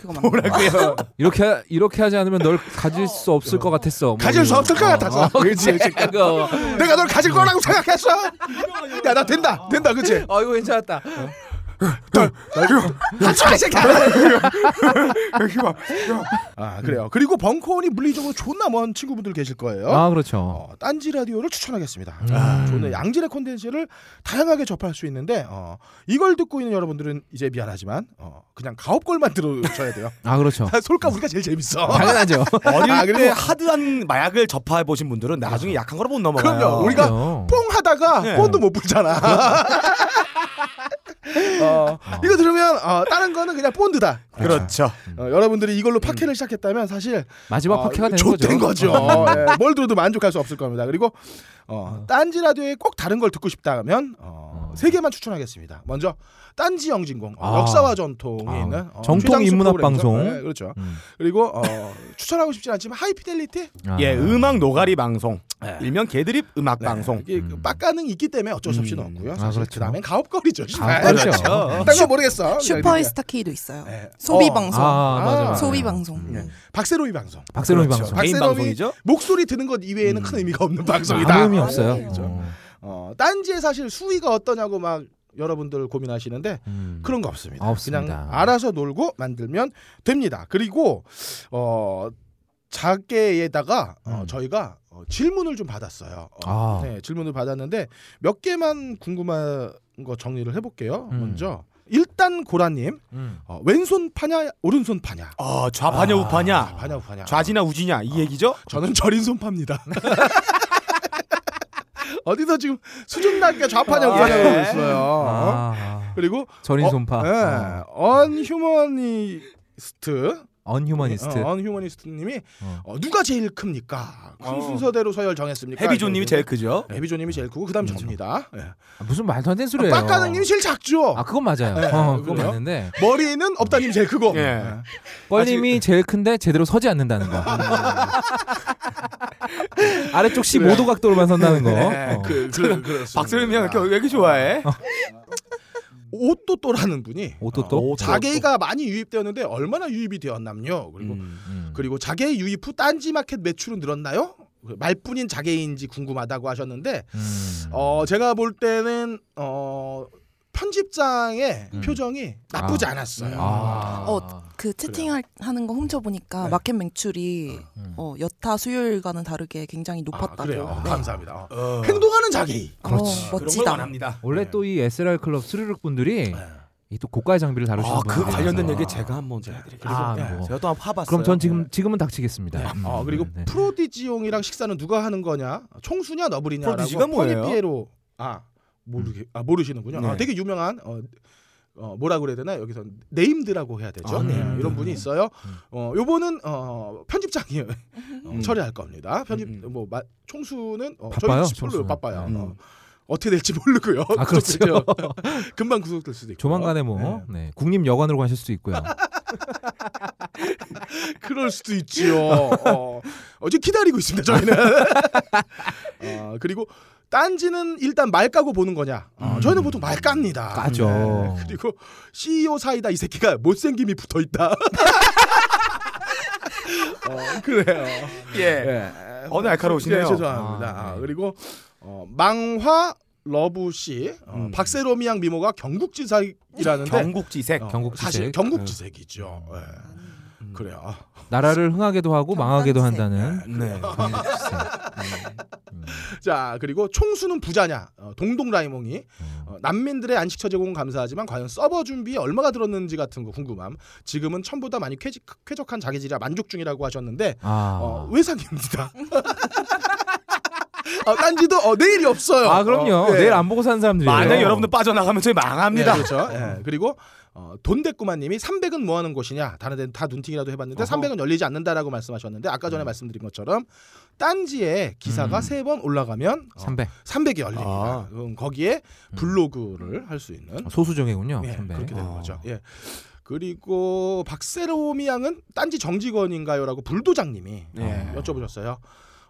그거 맞나? 뭐라고요? 이렇게 이렇게 하지 않으면 널 가질 수 없을 것 같았어. 뭐 가질 수 이런. 없을 [LAUGHS] 것 같아서. 예. 그렇지. 그거. 내가 널 가질 거라고 생각했어. 야, 나 된다. 된다. 그치? 어 이거 괜찮았다. 닥쳐 아 그래요. 그리고 벙커원이 물리적으로 존나 먼 친구분들 계실 거예요. 아 그렇죠. 어, 딴지 라디오를 추천하겠습니다. 음. 아, 저는 양질의 콘텐츠를 다양하게 접할 수 있는데 어, 이걸 듣고 있는 여러분들은 이제 미안하지만 어, 그냥 가업걸만 들으셔야 돼요. 아 [LAUGHS] 그렇죠. 솔까 우리가 제일 재밌어. 당연하죠. 어릴 아, 그리고- 때뭐 하드한 마약을 접해 보신 분들은 나중에 약한 거로 못 넘어가요. 그렇죠. 그럼요. 우리가 그럼요. 뽕 하다가 네. 뽕도 못 불잖아. [LAUGHS] 어, 이거 들으면 어, 다른 거는 그냥 본드다. 그렇죠. 어, 여러분들이 이걸로 팟캐를 시작했다면 사실 마지막 어, 파케가 되는 거죠. 좆된 거죠. 어. 예, [LAUGHS] 뭘 들어도 만족할 수 없을 겁니다. 그리고 어, 딴지 라디오에 꼭 다른 걸 듣고 싶다면 어, 어. 세 개만 추천하겠습니다. 먼저 딴지 영진공 어, 아. 역사와 전통이 아, 있는 어, 정통 최장수 인문학 프로그램이죠. 방송. 예, 그렇죠. 음. 그리고 어, [LAUGHS] 추천하고 싶진 않지만 하이피델리티 아. 예, 음악 노가리 방송. 네. 일명 개드립 음악 네, 방송. 이게 그 음. 빡가능이 있기 때문에 어쩔 수 없이 음. 넣었고요. 아, 사실 그렇죠. 아, 그다음엔 가업거리죠. 가업거리죠. 음. 그렇죠. 딴거 모르겠어. 그러니까 슈퍼스타 K도 있어요. 네. 소비 어. 방송. 아, 맞아, 맞아. 소비 방송. 예. 박세로이 방송. 박세롬이 그렇죠. 방송. 개인 박세롬이- 방송이죠. 목소리 드는 것 이외에는 큰 의미가 없는 방송이다. 음. 아무 의미 아, 없어요. 그렇죠. 어. 어, 딴지에 사실 수위가 어떠냐고 막 여러분들 고민하시는데 음. 그런 거 없습니다. 아, 없습니다. 그냥 알아서 놀고 만들면 됩니다. 그리고 어 자개에다가 어, 음. 저희가 어, 질문을 좀 받았어요. 아. 어, 네, 질문을 받았는데 몇 개만 궁금한 거 정리를 해볼게요. 음. 먼저 일단 고라님 음. 어, 왼손 파냐 오른손 파냐 어, 좌파냐 우파냐, 아, 파냐 파냐 좌지나 우지냐 이 얘기죠. 저는 절인 손파입니다. [LAUGHS] 어디서 지금 수준 낮게 좌파냐 아, 우파냐 예. 그러고 있어요. 어? 아. 네. 그리고 절인 어, 손파. 예, 언휴머니스트 어. 언휴머니스트. 어, 언휴머니스트님이 어. 어, 누가 제일 큽니까? 큰 어. 순서대로 서열 정했습니까? 네. 해비조님이 제일 크죠. 해비조님이 제일 크고 그다음 음. 접니다. 예. 아, 무슨 말도 안 되는 소리예요. 빡가능님 제일 작죠. 아 그건 맞아요. 네, 어, 그건 그래요? 맞는데 머리는 업다님 제일 크고. 예. 예. 뻘님이 제일 큰데 제대로 서지 않는다는 거. 아래쪽 15도 각도로만 선다는 거. 네, 어. 그, 그, 그렇습니다. 박세롬이 형왜 이렇게, 왜 이렇게 좋아해? 오또또라는 분이 오또또? 어, 자개가 많이 유입되었는데 얼마나 유입이 되었남요. 그리고 음. 음. 그리고 자개 유입 후 딴지 마켓 매출은 늘었나요? 그 말뿐인 자개인지 궁금하다고 하셨는데 음. 어 제가 볼 때는 어 편집장의 표정이 나쁘지 아. 않았어요. 아. 어, 그 채팅하는 거 훔쳐보니까 네. 마켓 매출이 음. 어, 여타 수요일과는 다르게 굉장히 아, 높았다고. 그래요. 아, 네. 감사합니다. 어. 어, 아, 행동하는 자개. 그렇지. 어, 그런 걸 멋지다. 원합니다. 원래 네. 또 이 SLR 클럽 스르륵 분들이 네. 이 또 고가의 장비를 다루시는 아, 그 분들이라서. 관련된 얘기 제가 한번 제가 해드릴게요. 아, 그래서, 뭐. 예, 제가 또 한번 파봤어요. 그럼 전 지금 지금은 닥치겠습니다. 음, 어 그리고 네. 프로디지용이랑 식사는 누가 하는 거냐? 총수냐 너블이냐라고 프로디지가 뭐예요? 포니피에로 아 음. 모르게 아 모르시는군요. 네. 아, 되게 유명한 어, 어 뭐라 그래야 되나 여기서 네임드라고 해야 되죠. 아, 네, 네임드. 이런 분이 있어요. 음. 어 요거는 어 [LAUGHS] 편집장이 어, 음. 처리할 겁니다. 편집 음, 음. 뭐 마, 총수는 어, 바빠요, 저희 별로 총수는. 바빠요. 음. 어. 어떻게 될지 모르고요. 아 [LAUGHS] 그렇죠. 금방 구속될 수도 있고. 조만간에 뭐 네. 국립 여관으로 가실 수도 있고요. [LAUGHS] 그럴 수도 있지요. 어, 어제 기다리고 있습니다. 저희는. 어, 그리고 딴지는 일단 말 까고 보는 거냐? 어, 음. 저희는 보통 말 깝니다. 네. 까죠. 그리고 CEO 사이다 이 새끼가 못생김이 붙어 있다. 어, 그래요. 예. 예. 어, 네, 알카로우시네요. 네, 죄송합니다. 아, 아, 네. 그리고 어, 망화 러브 씨, 어, 음. 박세롬이 양 미모가 경국지사이라는데 경국지색. 어, 경국지색. 사실 경국지색이죠. 예. 음. 그래요. 나라를 흥하게도 하고 망하게도 한다는. 네. 자 그리고 총수는 부자냐 어, 동동 라이몽이 음. 어, 난민들의 안식처 제공은 감사하지만 과연 서버 준비에 얼마가 들었는지 같은 거 궁금함 지금은 처음보다 많이 쾌적, 쾌적한 자기질이라 만족 중이라고 하셨는데 아. 어, 외상입니다 [LAUGHS] 어, 딴지도 어, 내일이 없어요 아 그럼요. 어, 예. 내일 안 보고 사는 어, 사람들이. 만약 여러분들 빠져나가면 저희 망합니다. 예, 그렇죠. 예, 그리고 어, 돈데꾸마님이 300은 뭐하는 곳이냐? 다른 데는 다 눈팅이라도 해봤는데 어허. 300은 열리지 않는다라고 말씀하셨는데 아까 전에 말씀드린 것처럼 딴지에 기사가 세 번 올라가면 어, 300 300이 열립니다. 아. 그럼 거기에 음. 블로그를 할 수 있는 어, 소수정예군요. 예, 300. 그렇게 되는 아. 거죠. 예. 그리고 박세롬이 양은 딴지 정직원인가요라고 불도장님이 예. 어, 여쭤보셨어요.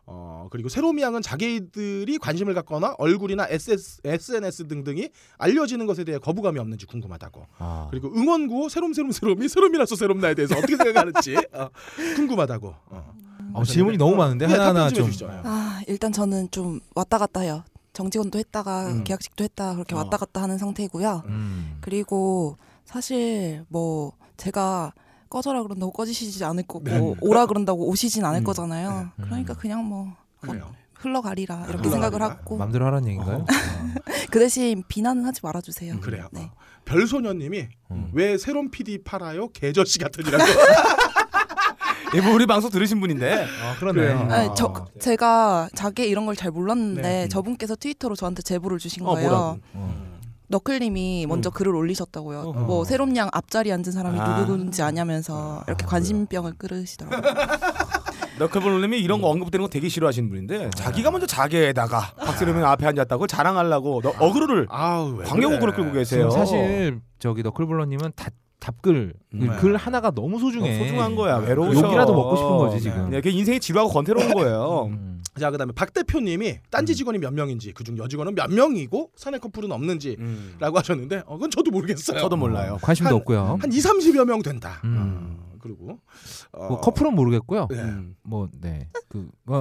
어 그리고 세롬이 양은 자기들이 관심을 갖거나 얼굴이나 SS, SNS 등등이 알려지는 것에 대해 거부감이 없는지 궁금하다고. 아. 그리고 응원구 세롬 세롬 세롬이 세롬이라서 세롬 나에 대해서 어떻게 생각하는지 어, 궁금하다고. 어. 어, 질문이 너무 많은데 네, 하나하나 답변 좀 좀. 해주시죠. 아, 일단 저는 좀 왔다 갔다 해요. 정직원도 했다가 음. 계약직도 했다 그렇게 어. 왔다 갔다 하는 상태고요. 음. 그리고 사실 뭐 제가 꺼져라 그런다고 꺼지시지 않을 거고 네. 오라 그런다고 오시진 않을 음. 거잖아요. 네. 그러니까 그냥 뭐 그래요. 흘러가리라 이렇게 흘러가리라. 생각을 하고 맘대로 하라는 얘기인가요? 어. 그 대신 비난은 하지 말아주세요. 음, 그래요. 어. 네. 별소녀님이 음. 왜 새로운 PD 팔아요? 개저씨 같으니라고. [LAUGHS] 이분 예, 뭐 우리 방송 들으신 분인데 아, 그래요. 그러네. 아니, 저, 제가 자기 이런 걸 잘 몰랐는데 네. 음. 저분께서 트위터로 저한테 제보를 주신 어, 거예요. 뭐라고? 어. 너클님이 먼저 글을 올리셨다고요. 어허. 뭐 새롬양 앞자리 앉은 사람이 아. 누구인지 아냐면서 이렇게 관심병을 끌으시더라고요. 너클볼님이 이런 거 언급되는 거 되게 싫어하시는 네. 분인데 자기가 먼저 자기에다가 박세롬이 앞에 앉았다고 자랑하려고 너, 어그로를 아우 왜 광경옥으로 그래. 끌고 지금 계세요. 사실 저기 너클블러님은 답 답글 음. 글 하나가 너무 어, 소중해. 너무 어, 소중한 거야. 외로우셔. 네. 욕이라도 먹고 싶은 거지 네. 지금. 네, 그게 인생이 지루하고 건태로운 거예요. 음. 자 그다음에 박 대표님이 딴지 직원이 몇 명인지 그중 여직원은 몇 명이고 사내 커플은 없는지라고 음. 하셨는데 어, 그건 저도 음. 모르겠어요. 저도 아, 몰라요. 관심도 한- 없고요. 한 2, 30여 명 된다. 음. 어, 그리고 어, 뭐 커플은 모르겠고요. 뭐, 네. 음. 뭐네그어그어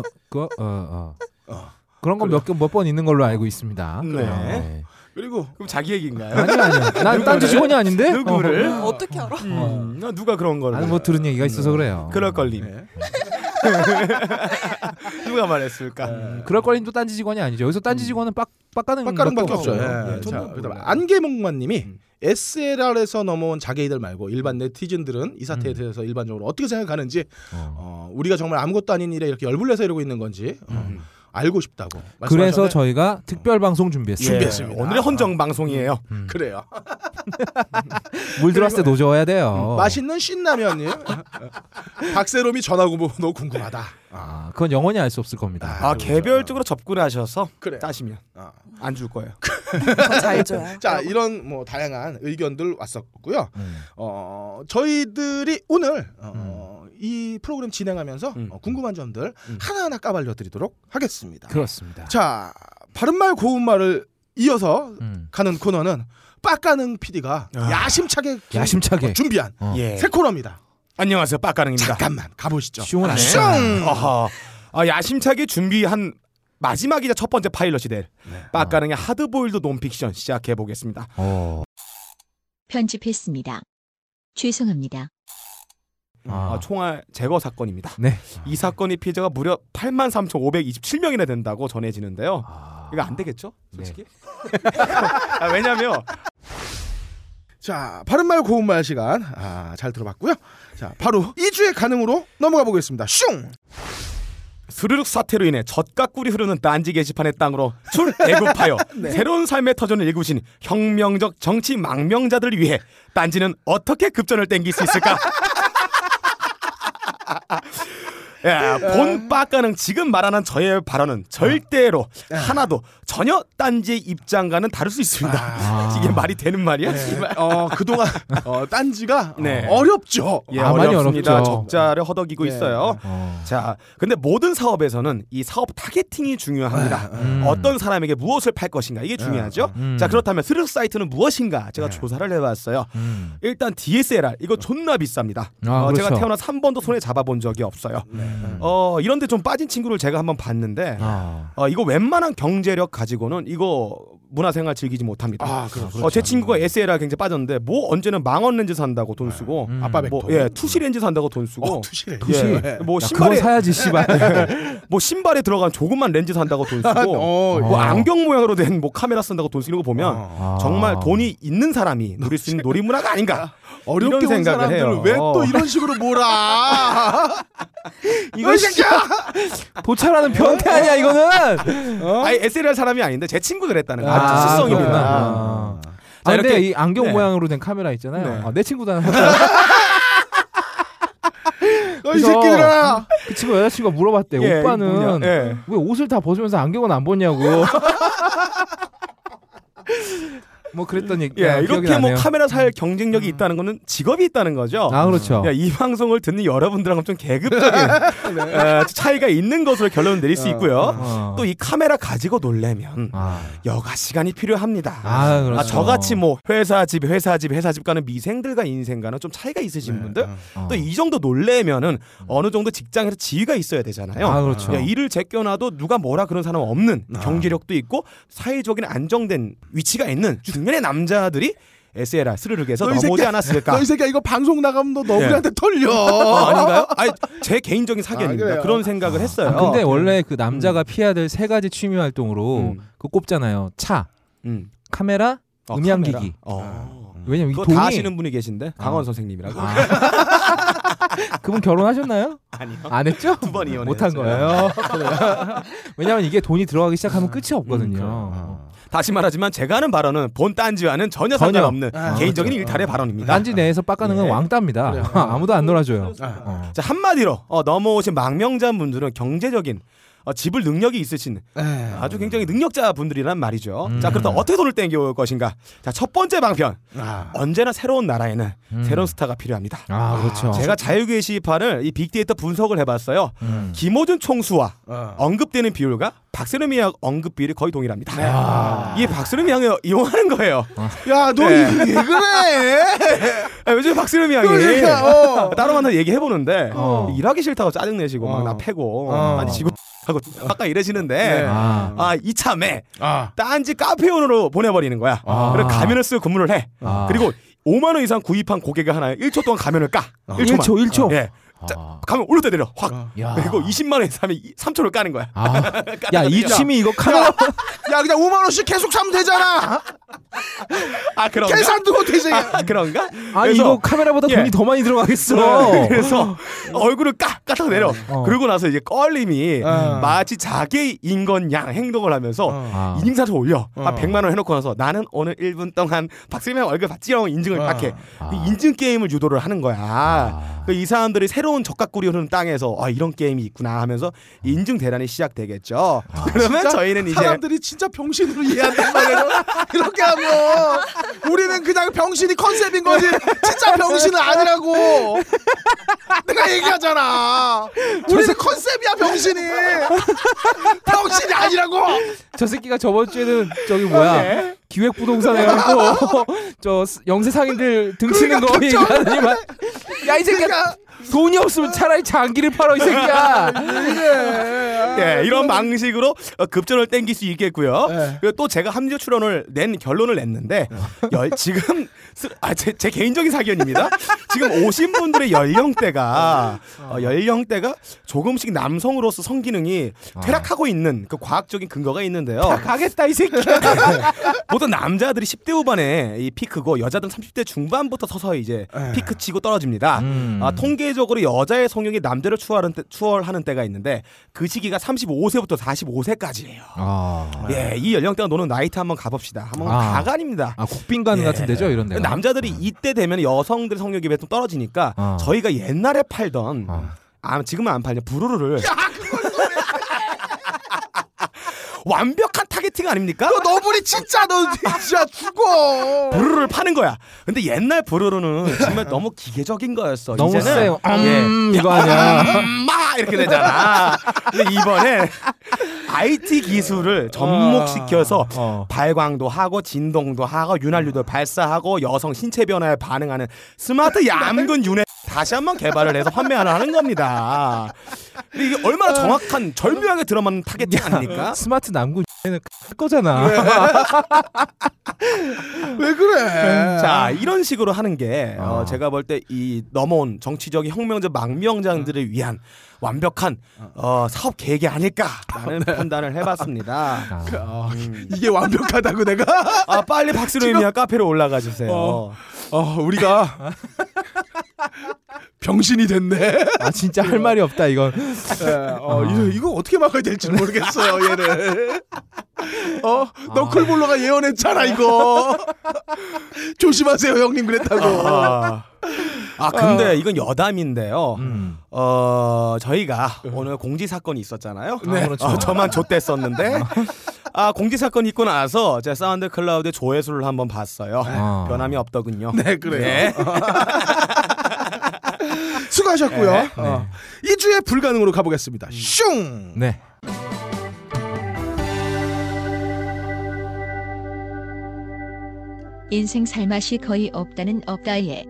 어, 어. 어. 그런 건 몇 몇 번 있는 걸로 알고 있습니다. 네. 어, 네. 그리고 그럼 자기 얘기인가요? 아니요 아니요. 난 딴지 직원이 아닌데. 누구를? 어, 떻게 [LAUGHS] 알아? 음, 어, 누가 그런 어. 걸? 네? 아니 뭐 들은 얘기가 있어서 그래요. 그럴 걸림. 네. 누가 말했을까? 음. 네. 그럴 걸림 또 딴지 직원이 아니죠. 여기서 딴지 직원은 빡 빡가는 빡가릉밖에 없죠. 예. 예, 자, 저도 그다음 몰라요. 안개목마님이 음. SLR에서 넘어온 자개이들 말고 일반 네티즌들은 이 사태에 음. 대해서 일반적으로 어떻게 생각하는지, 어. 어, 우리가 정말 아무것도 아닌 일에 이렇게 열불내서 이러고 있는 건지 어, 음. 알고 싶다고. 말씀하셨는데 그래서 저희가 특별 방송 준비했어요. 예, 준비했습니다. 오늘의 헌정 방송이에요. 음. 그래요. [LAUGHS] 물 들어왔을 때 노져야 돼요. 음, [LAUGHS] 맛있는 신라면님. 박세롬이 전화고 뭐, 보너 궁금하다. 아, 아, 그건 영원히 알 수 없을 겁니다. 아 개별적으로 접근하셔서 그래. 따시면 아. 안 줄 거예요. 그거 잘 줘요. 자 이런 뭐 다양한 의견들 왔었고요. 음. 어 저희들이 오늘 어, 음. 이 프로그램 진행하면서 음. 어, 궁금한 점들 음. 하나하나 까발려드리도록 하겠습니다. 그렇습니다. 네. 자 바른말 고운말을 이어서 음. 가는 코너는 빡가능 PD가 아. 야심차게 기- 야심차게. 어, 준비한 어. 예. 새 코너입니다. 안녕하세요, 빡가능입니다. 잠깐만 가보시죠. 슝은 안 슝! 해. 어허. 아, 야심차게 준비한 마지막이자 첫 번째 파일럿이 될 네. 빡가능의 하드보일드 논픽션 시작해 보겠습니다. 어. 편집했습니다. 죄송합니다. 아. 아, 총알 제거 사건입니다. 네. 이 사건의 피해자가 무려 83,527명이나 된다고 전해지는데요. 아. 이거 안 되겠죠? 솔직히? 네. [LAUGHS] 아, 왜냐면 자 바른말 고운말 시간 아, 잘 들어봤고요. 자 바로 2주의 가능으로 넘어가 보겠습니다. 슝! 스르륵 사태로 인해 젖과 꿀이 흐르는 딴지 게시판의 땅으로 출애굽하여 새로운 삶의 터전을 일구신 혁명적 정치 망명자들을 위해 딴지는 어떻게 급전을 땡길 수 있을까? 야, 본 빠까는 지금 말하는 저의 발언은 절대로 하나도 전혀 딴지의 입장과는 다를 수 있습니다. [LAUGHS] 아. 이게 말이 되는 말이야? 씨발. 어 그동안 어, 딴지가 네. 어, 어렵죠. 예, 아, 많이 어렵습니다. 어렵죠. 적자를 허덕이고 네. 있어요. 어. 자, 근데 모든 사업에서는 이 사업 타겟팅이 중요합니다. 음. 어떤 사람에게 무엇을 팔 것인가 이게 중요하죠. 음. 자, 그렇다면 스르륵 사이트는 무엇인가 제가 조사를 해봤어요. 음. 일단 DSLR 이거 존나 비쌉니다. 아, 어, 제가 그렇죠. 태어나 3번도 손에 잡아본 적이 없어요. 음. 어 이런데 좀 빠진 친구를 제가 한번 봤는데 아. 어, 이거 웬만한 경제력 가지고는 이거 문화생활 즐기지 못합니다. 아 그렇죠. 어, 제 친구가 SLR 굉장히 빠졌는데 뭐 언제는 망원 렌즈 산다고 돈 쓰고 음. 아빠 백통. 뭐 예 투시 렌즈 산다고 돈 쓰고 어, 투시래. 투시. 예, 뭐 야, 그거 신발에 [LAUGHS] 사야지 씨발. 뭐 신발에 들어간 조금만 렌즈 산다고 돈 쓰고 [LAUGHS] 어, 뭐 아. 안경 모양으로 된 뭐 카메라 쓴다고 돈 쓰는 거 보면 아. 정말 돈이 있는 사람이 누릴 [LAUGHS] 수 있는 놀이 문화가 아닌가 어렵게 이런 온 생각을 사람들을 해요. 왜 또 어. 이런 식으로 몰아? 이거 진짜 도찰하는 변태 아니야 이거는. [LAUGHS] 아예 SLR 사람이 아닌데 제 친구 그랬다는 거야 어? 아, 아, 그렇구나. 특수성입니다 아. 자, 아, 근데 이렇게- 이 안경 네. 모양으로 된 카메라 있잖아요. 네. 아, [LAUGHS] 내 친구도 하나. 어, 이 그래서 새끼들아. 그 친구 여자친구가 물어봤대. 예, 네, 오빠는 뭐냐, 예. [LAUGHS] 왜 옷을 다 벗으면서 안경은 안 벗냐고. 뭐 그랬던 얘기. 예, 기억이 이렇게 뭐 나네요. 음. 카메라 살 음. 경쟁력이 있다는 거는 직업이 있다는 거죠. 아 그렇죠. 야, 이 방송을 듣는 여러분들하고 좀 [LAUGHS] 계급적인 에, 차이가 있는 것으로 결론 내릴 수 있고요. 어. 또 이 카메라 가지고 놀려면 아, 여가 시간이 필요합니다. 아, 그렇죠. 아, 저같이 뭐 회사 집 회사 집 회사 집 가는 미생들과 인생과는 좀 차이가 있으신 네. 분들 어. 또 이 정도 놀래면은 어느 정도 직장에서 지위가 있어야 되잖아요. 음. 아 그렇죠. 아. 야, 일을 제껴놔도 누가 뭐라 그런 사람 없는 경제력도 있고 사회적인 안정된 위치가 있는 중년의 남자들이 SLR 스르륵에서 너이 넘어오지 새끼야. 않았을까? 너이 새끼야 이거 방송 나가면 너 너구리한테 털려. 어, 아닌가요? 아니, 제 개인적인 사견입니다. 그래요? 그런 생각을 했어요. 아, 근데 원래 그 남자가 피해야 될 세 가지 취미 활동으로 음. 그 꼽잖아요. 차, 음. 카메라, 어, 음향기기. 카메라. 어. 왜냐면 이 그거 돈이 다 아시는 분이 계신데 강원 선생님이라고 아. [LAUGHS] 그분 결혼하셨나요? 아니요. 네. 안 했죠? 두번 이혼했죠. 못한 거예요. [LAUGHS] 왜냐면 이게 돈이 들어가기 시작하면 끝이 음, 없거든요. 어. 다시 말하지만 제가 하는 발언은 본 딴지와는 전혀 전혀. 상관없는 아, 개인적인 그렇죠. 일탈의 발언입니다. 난지 내에서 빡가는 건 어. 예. 왕따입니다. 그래요. [LAUGHS] 아무도 안 놀아줘요. 아. 어. 자, 한마디로 어, 넘어오신 망명자분들은 경제적인 어, 지불 능력이 있으신 에이. 아주 굉장히 능력자 분들이란 말이죠. 음. 자, 그렇다 어떻게 돈을 땡겨올 것인가? 자, 첫 번째 방편. 아. 언제나 새로운 나라에는 음. 새로운 스타가 필요합니다. 아 그렇죠. 제가 자유게시판을 이 빅데이터 분석을 해봤어요. 음. 김호준 총수와 어. 언급되는 비율과 박세롬 양 언급 비율이 거의 동일합니다. 이게 박세롬 양을 이용하는 거예요. 야너 네. 왜 그래? 아, 요즘 박세롬 양이 아, 그러니까, 어. 따로 만나 얘기해 보는데 어. 일하기 싫다고 짜증 내시고 막 어. 나 패고 [LAUGHS] 어. 아니 지금 하고 아까 이러시는데 네. 아. [LAUGHS] 아 이참에 아. 딴지 카페온으로 보내버리는 거야. 아. 그래 가면을 쓰고 근무를 해. 아. 그리고 5만 원 이상 구입한 고객이 하나에 1초 동안 가면을 까. 1초만. 아. 1초 1초. 예. 아. 가면 올렸다 내려 확. 야. 그리고 20만 원 이상 하면 3초를 [LAUGHS] 까는 거야. 아. 야, 이 취미 이거 카메라 야 그냥 5만 원씩 계속 사면 되잖아. 아 그런가? 계산도 [LAUGHS] 못해지. 아, 그런가? 그래서- 아니 이거 카메라보다 예. 돈이 더 많이 들어가겠어. 네, [LAUGHS] 그래서 얼굴을 까 까딱 내려. 어. 그러고 나서 이제 껄림이 어. 마치 자기 인건 양 행동을 하면서 아. 인증사를 올려. 어. 한 100만 원 해놓고 나서 나는 오늘 1분 동안 박세민 월급 받지라고 인증을 어. 딱 해. 아. 그 인증 게임을 유도를 하는 거야. 그 이 사람들이 새로운 적각꿀이 흐르는 땅에서 아 이런 게임이 있구나 하면서 인증 대란이 시작되겠죠. 아. 그러면 진짜 저희는 이제 사람들이 진짜 병신으로 이해한단 말이에요. 그렇게 하면 우리는 그냥 병신이 컨셉인 거지. 진짜 병신은 아니라고. 내가 얘기하잖아. 우리는 컨셉이야 병신이. 병신이 아니라고. 저 새끼가 저번 주에는 저기 뭐야 기획 부동산 해갖고 [LAUGHS] 저 스- 영세 상인들 등치는 거 얘기하더니만 야 이 새끼야 그러니까 돈이 없으면 차라리 장기를 팔어 이 새끼야. 아, 예, 이런 방식으로 어, 급전을 땡길 수 있겠고요. 네. 예. 그리고 또 제가 합리적 추론을 낸 결론을 냈는데 열- 지금 쓰- 아, 제, 제 개인적인 사견입니다. 지금 오신 분들의 연령대가 아. 어, 연령대가 조금씩 남성으로서 성기능이 퇴락하고 있는 그 과학적인 근거가 있는데요. 네. 가겠다 아. [LAUGHS] 이 새끼. 보통 남자들이 10대 후반에 이 피크고 여자들은 30대 중반부터 서서히 이제 피크치고 떨어집니다. 네. 음. 아, 통계적으로 여자의 성욕이 남자를 추월하는, 때, 추월하는 때가 있는데 그 시기가 35세부터 45세까지예요. 아, 예, 이 연령대가 노는 나이트 한번 가봅시다. 한번 아. 가관입니다. 아 네. 국빈관 예. 같은 데죠 이런 데가. 남자들이 이때 되면 여성들의 성욕이 좀 떨어지니까 아. 저희가 옛날에 팔던 아. 아, 지금은 안 팔냐 부르르를 완벽한 타겟팅 아닙니까? 너 너블이 진짜 너 진짜 죽어. 부르르를 파는 거야. 근데 옛날 부르르는 [LAUGHS] 정말 너무 기계적인 거였어. 너무 이제는 세요. 음, 예. 이거 [LAUGHS] 아니야. 음, 막 이렇게 되잖아. 근데 이번에 IT 기술을 접목시켜서 어. 발광도 하고 진동도 하고 윤활유도 발사하고 여성 신체 변화에 반응하는 스마트 얌근 윤회 다시 한번 개발을 해서 판매하는 하는 겁니다. 근데 이게 얼마나 정확한 절묘하게 들어맞는 타겟팅 아닙니까? 스마트 남구 는 거잖아. 왜 그래? 아. 자 이런 식으로 하는 게 어, 제가 볼 때 이 넘어온 정치적인 혁명자 음. 망명장들을 위한 완벽한 어, 사업 계획이 아닐까라는 네. 판단을 해봤습니다. 어, 이게 완벽하다고 내가. 아 빨리 박스로이미아 카페로 올라가 주세요. 어. 어, 우리가 병신이 됐네. 아 진짜 할 말이 없다 이건. 예, 어, 이거, 이거 어떻게 막아야 될지 모르겠어요, 얘를. 어, 너클볼러가 예언했잖아, 이거. 조심하세요, 형님 그랬다고. 아, 아, 어. 근데 이건 여담인데요. 음. 어 저희가 오늘 공지 사건이 있었잖아요. 네. 아, 그렇죠. 어, 저만 좆됐었는데 아 공지 사건이 있고 나서 제 사운드 클라우드 조회수를 한번 봤어요. 아. 변함이 없더군요. 네, 그래요. 네. [LAUGHS] 수고하셨고요. 네. 어, 2주의 불가능으로 가보겠습니다. 슝! 네. 인생 살 맛이 거의 없다는 업다에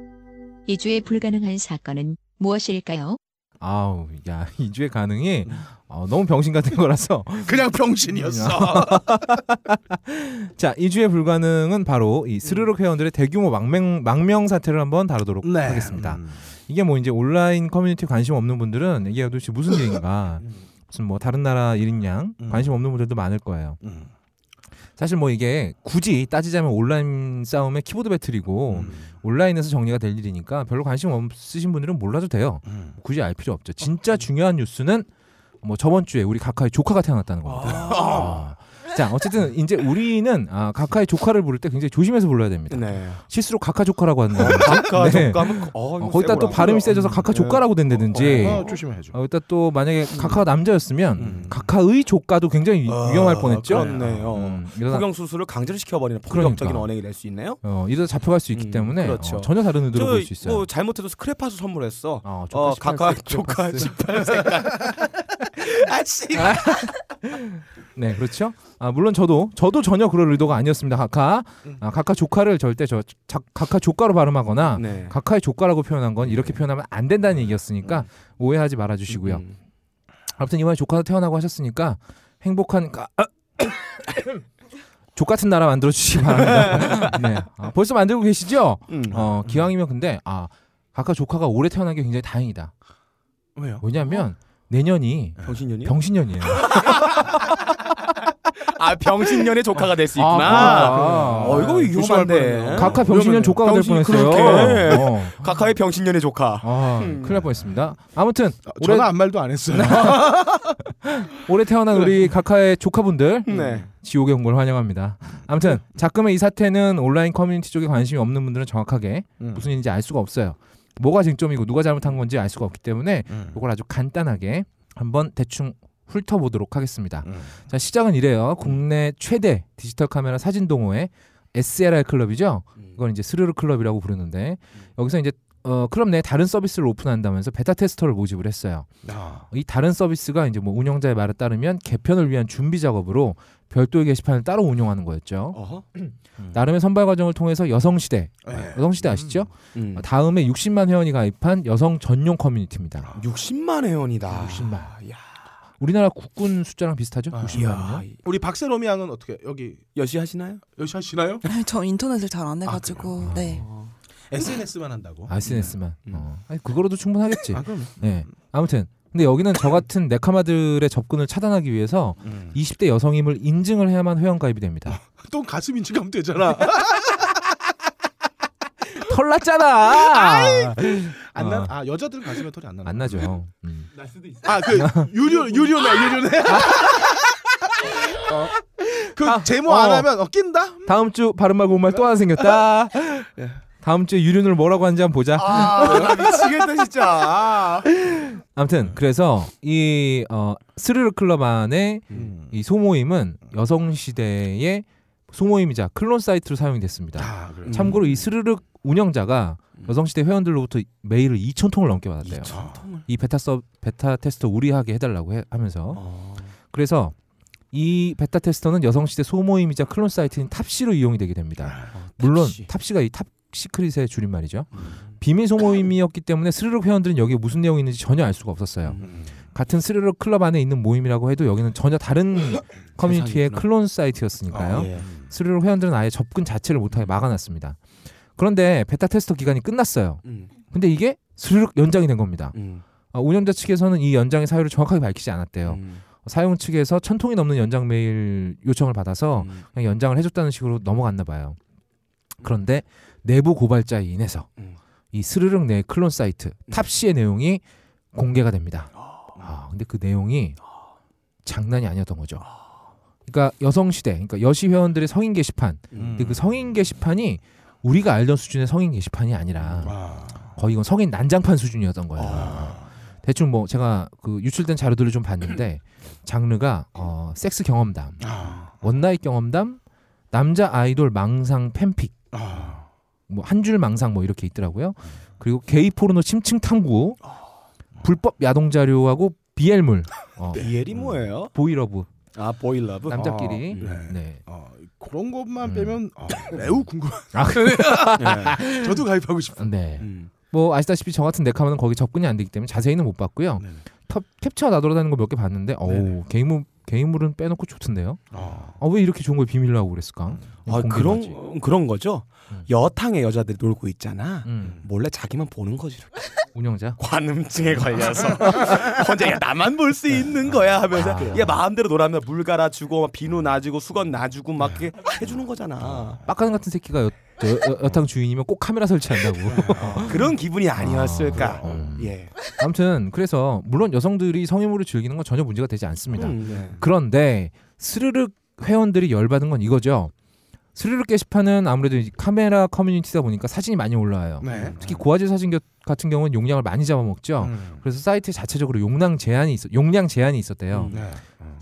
이주의 불가능한 사건은 무엇일까요? 아우 야 이주의 가능이 어, 너무 병신 같은 거라서 그냥 병신이었어. 자 이주의 불가능은 바로 음. 이 스르륵 회원들의 대규모 망명 망명 사태를 한번 다루도록 하겠습니다. 음. 이게 뭐 이제 온라인 커뮤니티 관심 없는 분들은 이게 도대체 무슨 [LAUGHS] 일인가 무슨 뭐 다른 나라 일인양 음. 관심 없는 분들도 많을 거예요. 음. 사실 뭐 이게 굳이 따지자면 온라인 싸움의 키보드 배틀이고 음. 온라인에서 정리가 될 일이니까 별로 관심 없으신 분들은 몰라도 돼요. 음. 뭐 굳이 알 필요 없죠. 진짜 중요한 뉴스는 뭐 저번 주에 우리 각하의 조카가 태어났다는 겁니다. 아. 자 어쨌든 이제 우리는 아, 각하의 조카를 부를 때 굉장히 조심해서 불러야 됩니다. 네. 실수로 각하 조카라고 하는 거. [LAUGHS] 각하 네. 네. 족감은 어, 어, 이거 거기다 또 세구나. 발음이 세져서 각하 조카라고 된다든지 어, 조심해야죠. 어, 일단 또 만약에 각하가 남자였으면 음. 각하의 조카도 굉장히 위- 음. 아, 위험할 뻔했죠. 그렇네요. 어. 음, 이러다, 구경 수술을 강제로 시켜버리는 폭력적인 그러니까. 언행이 될 수 있나요? 어, 이러다 잡혀갈 수 있기 음, 때문에 그렇죠. 어, 전혀 다른 의도로 볼 수 있어요. 뭐 잘못해도 스크래파스 선물했어. 어, 어, 조카 각하 18세, 조카 [LAUGHS] 조카스. 18색깔. [LAUGHS] 아, 씨. 네, 그렇죠. 아, 물론 저도 저도 전혀 그럴 의도가 아니었습니다. 각하 음. 아, 각하 조카를 절대 저 자, 각하 조카로 발음하거나 네. 각하의 조카라고 표현한 건 이렇게 표현하면 안 된다는 얘기였으니까 오해하지 말아주시고요. 음. 아무튼 이번에 조카도 태어나고 하셨으니까 행복한 가... [COUGHS] 족 같은 나라 만들어 [LAUGHS] 주시기 바랍니다. 네, 아, 벌써 만들고 계시죠? 음. 어, 기왕이면 근데 아 각하 조카가 올해 태어난 게 굉장히 다행이다. 왜요? 왜냐하면 어? 내년이 병신년이? 병신년이에요. 아, 병신년의 조카가 될 수 있구나. 아, 어, 이거 조심할 위험한데. 뻔했네요. 각하 병신년 그러면은 조카가 될 병신이 뻔했어요. 그렇게. 어. 각하의 병신년의 조카. 아, 음. 큰일 날 뻔했습니다. 아무튼 아, 올해 저는 아무 말도 안 했어요. 올해 태어난 우리 각하의 조카분들 네. 지옥에 온 걸 환영합니다. 아무튼 작금의 이 사태는 온라인 커뮤니티 쪽에 관심이 없는 분들은 정확하게 음. 무슨 일인지 알 수가 없어요. 뭐가 쟁점이고 누가 잘못한 건지 알 수가 없기 때문에 음. 이걸 아주 간단하게 한번 대충 훑어보도록 하겠습니다. 음. 자 시작은 이래요. 국내 최대 디지털 카메라 사진 동호회 SLR 클럽이죠. 음. 이건 이제 스르르 클럽이라고 부르는데 여기서 이제 어, 클럽 내 다른 서비스를 오픈한다면서 베타 테스터를 모집을 했어요. 아, 이 다른 서비스가 이제 뭐 운영자의 말에 따르면 개편을 위한 준비 작업으로 별도의 게시판을 따로 운영하는 거였죠. 어허. 나름의 선발 과정을 통해서 여성시대, 네. 여성시대 아시죠? 음. 다음에 60만 회원이 가입한 여성 전용 커뮤니티입니다. 60만 회원이다. 60만. 아, 야. 우리나라 국군 숫자랑 비슷하죠? 아, 60만 야. 요 우리 박세롬이 양은 어떻게 여기 여시 하시나요? 여기 [LAUGHS] 하시나요? 아니, [LAUGHS] 저 인터넷을 잘 안 해가지고 네. SNS만 한다고. 아, SNS만. 음. 어. 아니, 그거로도 충분하겠지. 아, 그럼. 네. 아무튼 근데 여기는 저 같은 네카마들의 접근을 차단하기 위해서 음. 20대 여성임을 인증을 해야만 회원 [LAUGHS] 가입이 됩니다. 또 가슴 [LAUGHS] 인증하면 되잖아. 털났잖아. 안 아. 나. 아, 여자들은 가슴에 털이 안 나. 안 나죠. 음. [LAUGHS] 아, 그 유료 유료네, 유료네. [LAUGHS] 어. 그 아, 제모 안 어. 하면 어 낀다? 다음 주 바른말 고운말 또 하나 생겼다. 예. 다음 주에 유륜을 뭐라고 하는지 한번 보자. 아, 나 미치겠다 진짜. 아, 아무튼 그래서 이 어, 스르르 클럽 안에 음. 이 소모임은 여성 시대의 소모임이자 클론 사이트로 사용됐습니다. 아, 그래. 참고로 이 스르르 운영자가 여성 시대 회원들로부터 메일을 2천 통을 넘게 받았대요. 이 베타 서 베타 테스터 우리하게 해달라고 해- 하면서 어. 그래서 이 베타 테스터는 여성시대 소모임이자 클론 사이트인 탑시로 이용이 되게 음. 됩니다. 물론 탑시. 탑시가 이 탑시크릿의 줄임말이죠. 음. 비밀 소모임이었기 때문에 스르륵 회원들은 여기에 무슨 내용이 있는지 전혀 알 수가 없었어요. 음. 음. 같은 스르륵 클럽 안에 있는 모임이라고 해도 여기는 전혀 [COUGHS] 다른 세상이구나. 아, 예. 커뮤니티의 클론 어, 사이트였으니까요. 예. 스르륵 회원들은 아예 접근 자체를 못하게 막아놨습니다. 그런데 베타 테스터 기간이 끝났어요. 음, 근데 이게 스르륵 연장이 된 겁니다. 아, 운영자 측에서는 이 연장의 사유를 정확하게 밝히지 않았대요. 음. 음, 사용 측에서 천 통이 넘는 연장 메일 요청을 받아서 음. 그냥 연장을 해줬다는 식으로 넘어갔나 봐요. 그런데 내부 고발자에 인해서 음. 이 스르륵 내 클론 사이트 탑시의 내용이 공개가 됩니다. 아, 근데 그 내용이 장난이 아니었던 거죠. 그러니까 여성 시대, 그러니까 여시 회원들의 성인 게시판, 근데 음. 그 성인 게시판이 우리가 알던 수준의 성인 게시판이 아니라 와. 거의 이건 성인 난장판 수준이었던 거예요. 아. 대충 [CLEARS THROAT] 뭐 제가 그 유출된 자료들을 좀 봤는데 장르가 어, 섹스 경험담, 아. 원나잇 경험담, 남자 아이돌 망상 팬픽, 아, 뭐 한 줄 망상 뭐 이렇게 있더라고요. 그리고 게이 포르노 심층 탐구, 아. 불법 야동 자료하고 비엘물, 어, 네. BL이 뭐예요? 보이러브 아 보일러브. 남자끼리. 아, 네. 네. 어, 그런 것만 음. 빼면 어, 매우 궁금. 아, 해 네. 저도 가입하고 싶어요. 네. 음. 뭐 아시다시피 저 같은 네카면은 거기 접근이 안 되기 때문에 자세히는 못 봤고요. 네네. 터- 캡처 나돌아다니는 거 몇 개 봤는데 네네. 어우 게이물 게이물은 빼놓고 좋던데요. 아, 아 왜 이렇게 좋은 걸 비밀로 하고 그랬을까? 아 음, 공개를 그런 하지. 그런 거죠. 음. 여탕에 여자들이 놀고 있잖아. 음, 몰래 자기만 보는 [LAUGHS] 거지. 이렇게. 운영자. 관음증에 걸려서 [LAUGHS] 혼자 야 나만 볼 수 있는 거야 하면서 네. 아. 얘 마음대로 놀아면 물 갈아주고 막 비누 놔주고 수건 놔주고 막 네. 이렇게 해주는 거잖아. 빡가는 같은 새끼가 여, 여, 여, 여탕 주인이면 꼭 카메라 [LAUGHS] 설치한다고. 그런 기분이 아니었을까. 음. 예. 아무튼 그래서 물론 여성들이 성희물을 즐기는 건 전혀 문제가 되지 않습니다. 음, 네. 그런데 스르륵 회원들이 열받은 건 이거죠. 스르륵 게시판은 아무래도 이 카메라 커뮤니티다 보니까 사진이 많이 올라와요. 네. 특히 고화질 사진 겨- 같은 경우는 용량을 많이 잡아먹죠. 음. 그래서 사이트 자체적으로 용량 제한이 있어 용량 제한이 음. 있었대요. 네.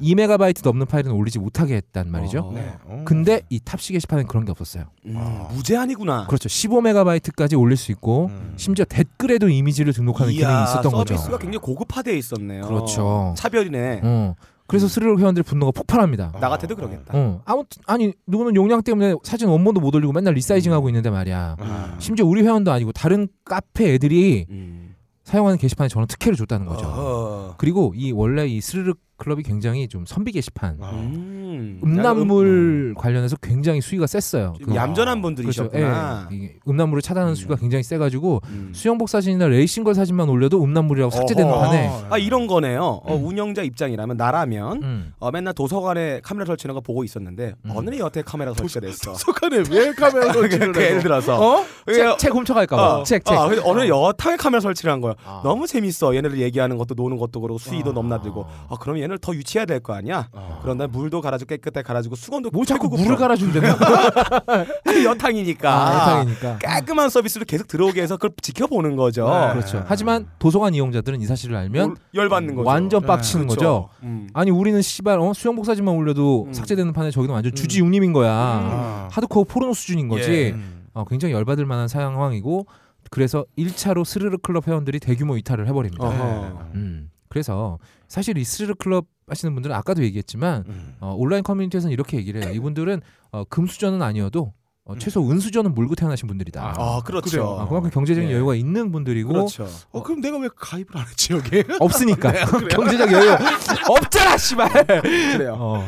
2메가바이트 넘는 파일은 올리지 못하게 했단 그 말이죠. 네. 어. 네. 어. 근데 이 탑시 게시판은 그런 게 없었어요. 음, 아. 무제한이구나. 그렇죠. 15메가바이트까지 올릴 수 있고 음. 심지어 댓글에도 이미지를 등록하는 기능이 이야, 있었던 거죠. 서비스가 굉장히 고급화돼 있었네요. 그렇죠. 차별이네. 어. 그래서 스르륵 회원들의 분노가 폭발합니다. 나 같아도 그러겠다. 어. 아무튼 아니 누구는 용량 때문에 사진 원본도 못 올리고 맨날 음. 리사이징하고 있는데 말이야. 아. 심지어 우리 회원도 아니고 다른 카페 애들이 음. 사용하는 게시판에 저는 특혜를 줬다는 거죠. 어. 그리고 이 원래 이 스르륵 클럽이 굉장히 좀 선비 게시판 아. 음. 음란물 관련해서 굉장히 수위가 셌어요. 좀 그- 얌전한 그렇죠. 분들이셨구나. 예, 이게 음란물을 차단하는 음. 수위가 굉장히 세가지고 음. 수영복 사진이나 레이싱걸 사진만 올려도 음란물이라고 삭제되는 어허. 판에 아 이런 거네요. 어, 음. 운영자 입장이라면 나라면 음. 어, 맨날 도서관에 카메라 설치하는 거 보고 있었는데 음. 어느 날 여태 카메라 설치가 됐어. 속하네 왜 카메라 [LAUGHS] 그, 설치를 그 예를 해서 들어서 어? 예, 책, 책 훔쳐갈까봐. 뭐 어, 그러니까 책, 책. 어, 그래서 어느 날 여탕에 카메라 설치를 한 거야. 아. 너무 재밌어. 얘네들 얘기하는 것도 노는 것도 그러고 수위도 아. 넘나들고. 아 그럼 얘네를 더 유치해야 될 거 아니야? 아. 그런 다음 물도 갈아주고 깨끗하게 갈아주고 수건도 뭐 자꾸 최고급 물을 거. 갈아준다며. [LAUGHS] 여탕이니까. 아, 여탕이니까. 깔끔한 서비스로 계속 들어오게 해서 그걸 지켜보는 거죠. 네. 그렇죠. 하지만 도서관 이용자들은 이 사실을 알면 올- 열받는 거죠. 예, 완전 네, 빡치는 거죠. 음. 아니 우리는 씨발 어? 수영복 사진만 올려도 음. 삭제되는 판에 저기는 완전 음. 주지육림인 거야. 아. 하드코어 포르노 수준인 거지. 예. 음. 어, 굉장히 열받을 만한 상황이고 그래서 1차로 스르르 클럽 회원들이 대규모 이탈을 해버립니다. 네. 어허. 음. 그래서 사실 이 스르르 클럽 하시는 분들은 아까도 얘기했지만 음. 어, 온라인 커뮤니티에서는 이렇게 얘기를 해요. 이분들은 어, 금수저는 아니어도 어, 최소 은수저는 물고 태어나신 분들이다. 음. 아 그렇죠. 아, 그만큼 경제적인 예. 여유가 있는 분들이고 그렇죠. [LAUGHS] 네, 어 그럼 내가 왜 가입을 안 했지 여기? 없으니까 경제적 여유 [LAUGHS] 없잖아 씨발 그래요. 어,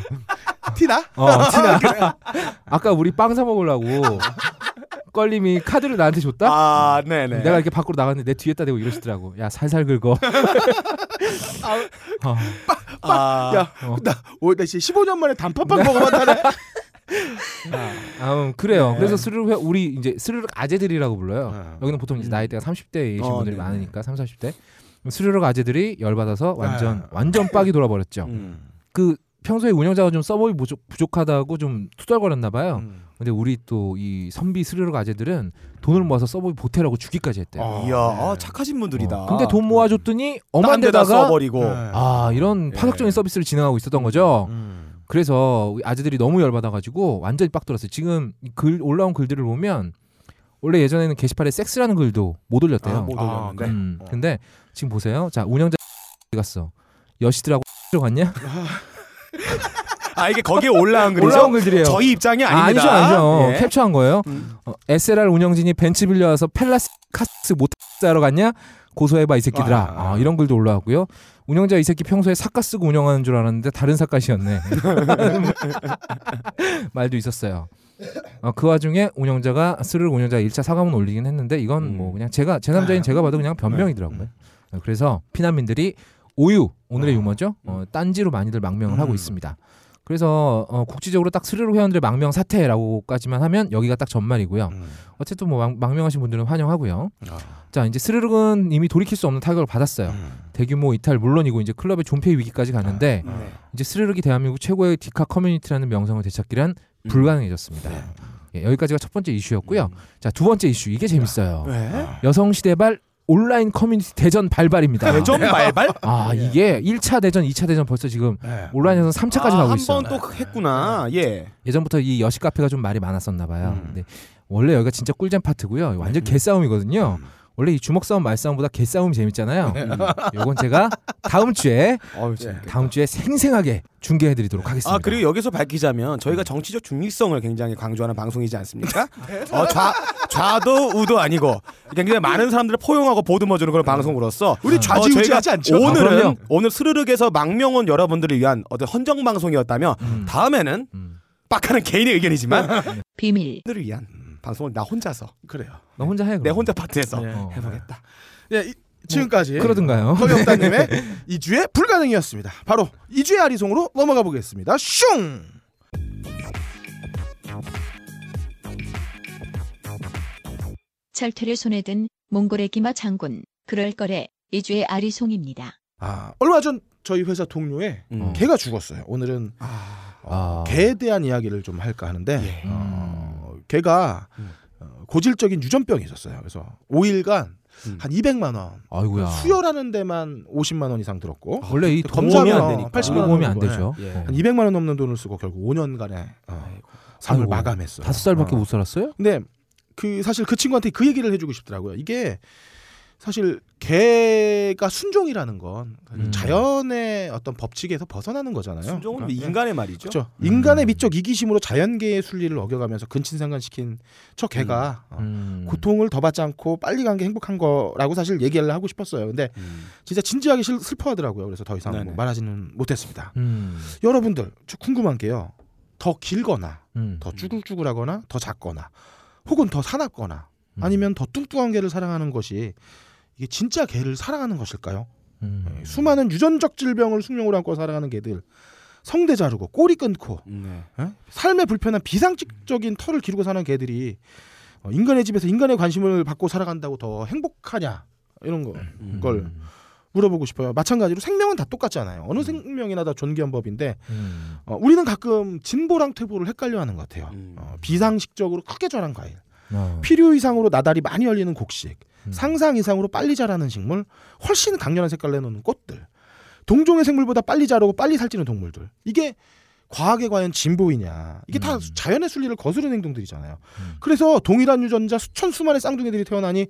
티나? 어 티나 아까 우리 빵 사 먹으려고 [LAUGHS] 껄림이 카드를 나한테 줬다 아 네네. 음, 내가 이렇게 밖으로 나갔는데 내 뒤에다 대고 이러시더라고 야 [LAUGHS] 살살 긁어 어, 아, 야, 어. 나, 오, 나 이제 15년 만에 단팥빵 먹어봤다네. 아, 음, 그래요 네. 그래서 스르륵 회- 우리 이제 스르륵 아재들이라고 불러요 네. 여기는 보통 이제 나이대가 30대이신 음. 어, 분들이 네. 많으니까 30, 40대 스르륵 아재들이 열받아서 완전 완전 빡이 돌아버렸죠 음. 그 평소에 운영자가 좀 서버이 부족, 부족하다고 좀 투덜거렸나 봐요. 음. 근데 우리 또 이 선비 스르륵 아재들은 돈을 모아서 서버비 보태라고 주기까지 했대요. 아, 이야 네. 아, 착하신 분들이다. 음. 음. 어, 근데 돈 모아줬더니 엄한 딴 데다 데다가 써버리고. 네. 아 이런 예. 파격적인 서비스를 진행하고 있었던 거죠. 음. 그래서 우리 아재들이 너무 열받아가지고 완전히 빡돌았어요. 지금 이글 올라온 글들을 보면 원래 예전에는 게시판에 섹스라는 글도 못 올렸대요. 아, 못 아, 올렸는데. 음, 어. 근데 지금 보세요. 자 운영자 [LAUGHS] 어디 갔어. 여시들하고 [LAUGHS] 들어갔냐? 아 이게 거기에 [LAUGHS] 올라온 글이죠? 올라온 글들이에요. 저희 입장이 아니죠, 아닙니다. 아니죠. 예. 캡처한 거예요. 음. 어, SLR 운영진이 벤치 빌려와서 펠라스 카스 못하러 갔냐? 고소해봐 이 새끼들아. 아. 아, 이런 글도 올라왔고요. 운영자 이 새끼 평소에 사카 쓰고 운영하는 줄 알았는데 다른 사카시였네. [LAUGHS] 말도 있었어요. 어, 그 와중에 운영자가 스르륵 운영자 1차 사과문 올리긴 했는데 이건 음. 네. 뭐 그냥 제가 제 남자인 제가 봐도 그냥 변명이더라고요. 어, 그래서 피난민들이 오유 오늘의 아. 유머죠. 음. 어, 딴지로 많이들 망명을 하고 음. 있습니다. 그래서 어, 국지적으로 딱 스르륵 회원들의 망명 사태라고까지만 하면 여기가 딱 전말이고요. 음. 어쨌든 뭐 망, 망명하신 분들은 환영하고요. 아. 자 이제 스르륵은 이미 돌이킬 수 없는 타격을 받았어요. 음. 대규모 이탈 물론이고 이제 클럽의 존폐 위기까지 갔는데 네. 아. 이제 스르륵이 대한민국 최고의 디카 커뮤니티라는 명성을 되찾기란 음. 불가능해졌습니다. 네. 음. 네. 네. 예, 여기까지가 첫 번째 이슈였고요. 자 두 번째 이슈 이게 재밌어요. 왜? 여성 시대발 온라인 커뮤니티 대전 발발입니다. 그러니까 대전 발발? 아 예. 이게 1차 대전, 2차 대전 벌써 지금 네. 온라인에서 3차까지 가고 있어요. 아, 한번 또 했구나. 네. 예. 예전부터 이 여시 카페가 좀 말이 많았었나 봐요. 음. 근데 원래 여기가 진짜 꿀잼 파트고요. 완전 개싸움이거든요. 음. 원래 이 주먹 싸움 말 싸움보다 개싸움이 재밌잖아요. 음. 요건 제가 다음 주에 어우, 네. 재밌겠다. 다음 주에 생생하게 중계해 드리도록 하겠습니다. 아 그리고 여기서 밝히자면 저희가 정치적 중립성을 굉장히 강조하는 방송이지 [LAUGHS] 않습니까? 어, 좌 좌도 우도 아니고 굉장히 많은 사람들을 포용하고 보듬어주는 그런 방송으로서 음. 어, 우리 좌지우지하지 저희가 않죠. 아, 오늘은 그럼요. 오늘 스르륵에서 망명온 여러분들을 위한 어떤 헌정 방송이었다면 음. 다음에는 음. 빡하는 개인의 음. 의견이지만 비밀 들을 위한 방송을 나 혼자서 그래요. 너 혼자 해. 내 그럼. 혼자 파트에서 음. 네. 어. 해보겠다. 예, 이- 지금까지 음. 그러든가요. 예. 허경다님의 네. 이주의 불가능이었습니다. 바로 이주의 아리송으로 넘어가 보겠습니다. 슝! 철퇴를 손에 든 몽골의 기마 장군 그럴 거래 이주의 아리송입니다. 아, 얼마 전 저희 회사 동료에 음. 개가 죽었어요. 오늘은 어, 아. 개에 대한 이야기를 좀 할까 하는데 예. 어, 개가 음. 어, 고질적인 유전병이 있었어요. 그래서 5일간 음. 한 200만 원 아이고야. 그 아. 수혈하는 데만 50만 원 이상 들었고 원래 이 도움이 검사하면 안 안 되니까. 아, 그러니까. 80만 보험이 안 되죠. 예. 어. 한 200만 원 넘는 돈을 쓰고 결국 5년간의 어, 삶을 아이고, 마감했어요. 다섯 살밖에 어. 못 살았어요? 근데 그 사실 그 친구한테 그 얘기를 해주고 싶더라고요. 이게 사실 개가 순종이라는 건 음. 자연의 어떤 법칙에서 벗어나는 거잖아요. 순종은 그러니까 인간의 말이죠. 그렇죠. 음. 인간의 미적 이기심으로 자연계의 순리를 어겨가면서 근친상간시킨 저 개가 어, 음. 고통을 더 받지 않고 빨리 간 게 행복한 거라고 사실 얘기를 하고 싶었어요. 근데 음. 진짜 진지하게 실- 슬퍼하더라고요. 그래서 더 이상 뭐 네네. 말하지는 못했습니다. 음. 여러분들 저 궁금한 게요. 더 길거나 음. 더 쭈글쭈글하거나 더 작거나 혹은 더 사납거나 음. 아니면 더 뚱뚱한 개를 사랑하는 것이 이게 진짜 개를 사랑하는 것일까요? 음. 예, 수많은 유전적 질병을 숙명으로 안고 살아가는 개들 성대 자르고 꼬리 끊고 네. 예? 삶에 불편한 비상식적인 털을 기르고 사는 개들이 어, 인간의 집에서 인간의 관심을 받고 살아간다고 더 행복하냐 예, 이런 거 음. 걸 물어보고 싶어요. 마찬가지로 생명은 다 똑같잖아요. 어느 생명이나 다 존귀한 법인데 음. 어, 우리는 가끔 진보랑 퇴보를 헷갈려하는 것 같아요. 음. 어, 비상식적으로 크게 자란 과일, 어. 필요 이상으로 나달이 많이 열리는 곡식, 음. 상상 이상으로 빨리 자라는 식물, 훨씬 강렬한 색깔 내놓는 꽃들, 동종의 생물보다 빨리 자라고 빨리 살찌는 동물들. 이게 과학에 과연 진보이냐? 이게 다 음. 자연의 순리를 거스르는 행동들이잖아요. 음. 그래서 동일한 유전자 수천 수만의 쌍둥이들이 태어나니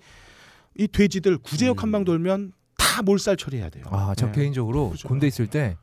이 돼지들 구제역 음. 한방 돌면 다 몰살 처리해야 돼요. 아, 저 네. 개인적으로 그죠. 군대 있을 때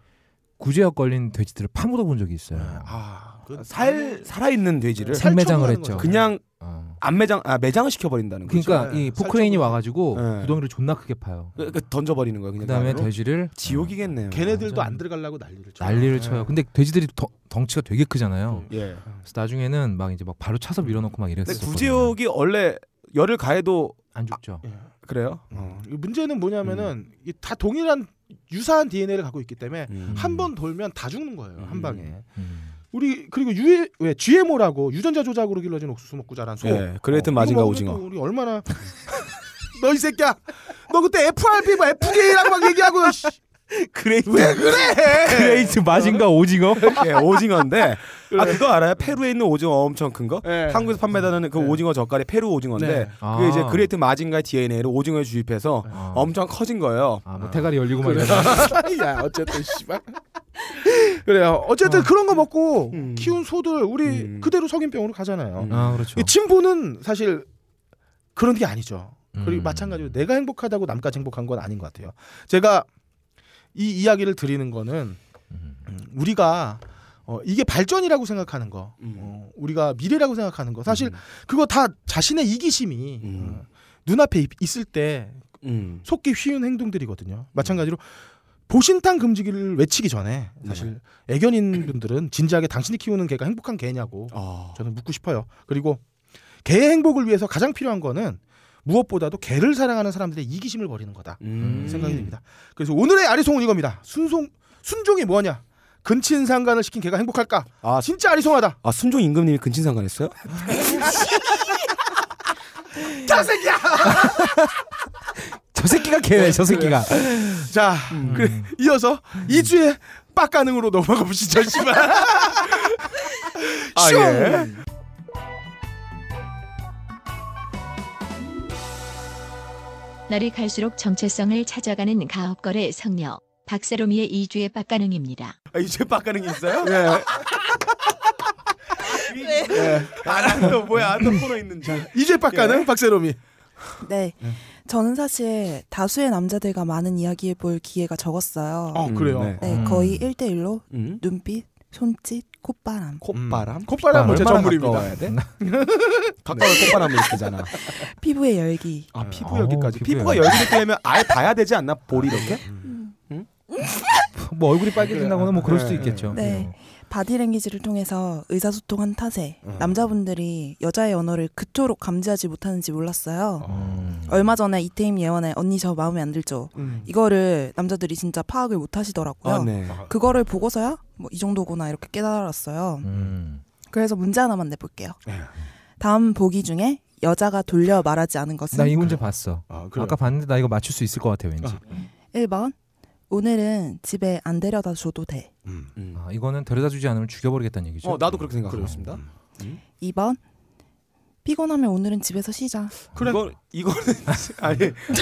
구제역 걸린 돼지들을 파묻어 본 적이 있어요. 아, 그 살 살아있는 돼지를 살 생매장을 처분하는 했죠. 거죠. 그냥 어. 안 매장 아 매장을 시켜버린다는 거죠. 그러니까 그렇죠. 이 예. 포크레인이 살짝- 와가지고 예. 구덩이를 존나 크게 파요. 그- 그 던져버리는 거예요. 그냥 그러니까. 그다음에 바로. 돼지를 지옥이겠네요. 음. 걔네들도 완전 안 들어가려고 난리를 쳐요. 난리를 네. 쳐요. 근데 돼지들이 덩- 덩치가 되게 크잖아요. 예. 그래서 나중에는 막 이제 막 바로 차서 밀어넣고 막 근데 이랬어요. 구제옥이 원래 열을 가해도 안 죽죠. 그래요. 예. 어, 이 문제는 뭐냐면은 이게 다 동일한 유사한 DNA를 갖고 있기 때문에 음. 한 번 돌면 다 죽는 거예요 한 음. 방에. 음. 우리 그리고 유, 왜 GMO라고 유전자 조작으로 길러진 옥수수 먹고 자란 소. 예. 그레이트 어, 마징가 이거 오징어. 먹으면 또 우리 얼마나 [LAUGHS] 너 이 새끼야. 너 그때 FRP 뭐 막 [LAUGHS] FK랑 막 얘기하고 씨. 그레이트 왜 그래? 크레이트 마징가 오징어. [LAUGHS] 예, 오징어인데 아 그거 알아요? 페루에 있는 오징어 엄청 큰 거. 예. 한국에서 판매되는 그 네. 오징어 젓갈이 페루 오징어인데 네. 아. 그게 이제 그레이트 마징가의 DNA를 오징어에 주입해서 아. 엄청 커진 거예요. 아, 뭐 대가리 열리고 막 그래. 이러고. [LAUGHS] 야 어쨌든 씨발. 그래요. 어쨌든 그런 거 먹고 음. 키운 소들 우리 음. 그대로 성인병으로 가잖아요. 음. 아, 그렇죠. 이 진보는 사실 그런 게 아니죠. 음. 그리고 마찬가지로 내가 행복하다고 남까지 행복한 건 아닌 것 같아요. 제가 이 이야기를 드리는 거는 음. 음, 우리가 어, 이게 발전이라고 생각하는 거, 음. 어, 우리가 미래라고 생각하는 거, 사실 음. 그거 다 자신의 이기심이 음. 어, 눈앞에 있- 있을 때 음. 속기 쉬운 행동들이거든요. 마찬가지로 보신탕 금지기를 외치기 전에 네. 사실 애견인 분들은 진지하게 당신이 키우는 개가 행복한 개냐고 어. 저는 묻고 싶어요. 그리고 개의 행복을 위해서 가장 필요한 거는 무엇보다도 개를 사랑하는 사람들의 이기심을 버리는 거다 음. 생각이 듭니다. 그래서 오늘의 아리송은 이겁니다. 순송 순종이 뭐냐? 근친상간을 시킨 개가 행복할까? 아, 수- 진짜 아리송하다. 아 순종 임금님이 근친상간했어요? [LAUGHS] 저 새끼가 개네. 저 새끼가. 자, 음. 그래, 이어서 이주의 빡가능으로 넘어가 보시죠. 씨발. 아, 슝! 예. 날이 갈수록 정체성을 찾아가는 가업거래 성녀 박세롬이의 이주의 빡가능입니다. 아, 이제 빡가는 게 있어요? 아, 네. 아또 뭐야 또 코너 있는지. 이제 빡가는 예. 박세롬이. 네. 저는 사실 다수의 남자들과 많은 이야기해 볼 기회가 적었어요. 어 그래요. 네. 네, 음. 거의 1대1로 음. 눈빛, 손짓, 콧바람. 콧바람? 콧바람 은 콧바람 제 아, 얼마나 전물입니다. 가까워야 돼? 가까운 콧바람이 있잖아. 피부의 열기. 아 피부 어, 여기까지. 아, 피부에 피부가 열기를 떼려면 아예 봐야 되지 않나 볼 이렇게? 뭐 얼굴이 빨개진다거나 뭐 그럴 수도 네, 있겠죠. 네. 바디랭귀지를 통해서 의사소통한 탓에 음. 남자분들이 여자의 언어를 그토록 감지하지 못하는지 몰랐어요. 음. 얼마 전에 이태임 예원의 언니 저 마음에 안 들죠. 이거를 남자들이 진짜 파악을 못 하시더라고요. 네. 그거를 보고서야 뭐 이 정도구나 이렇게 깨달았어요. 음. 그래서 문제 하나만 내볼게요. 다음 보기 중에 여자가 돌려 말하지 않은 것은 나이 문제 봤어. 아, 그래요. 아까 봤는데 나 이거 맞출 수 있을 것 같아 왠지. 1번 오늘은 집에 안 데려다 줘도 돼. 음. 음. 아, 이거는 데려다 주지 않으면 죽여버리겠다는 얘기죠. 어 나도 그렇게 생각하고 그래요. 있습니다. 음. 2번 피곤하면 오늘은 집에서 쉬자. 그래. 이거 [LAUGHS] 이거는 아니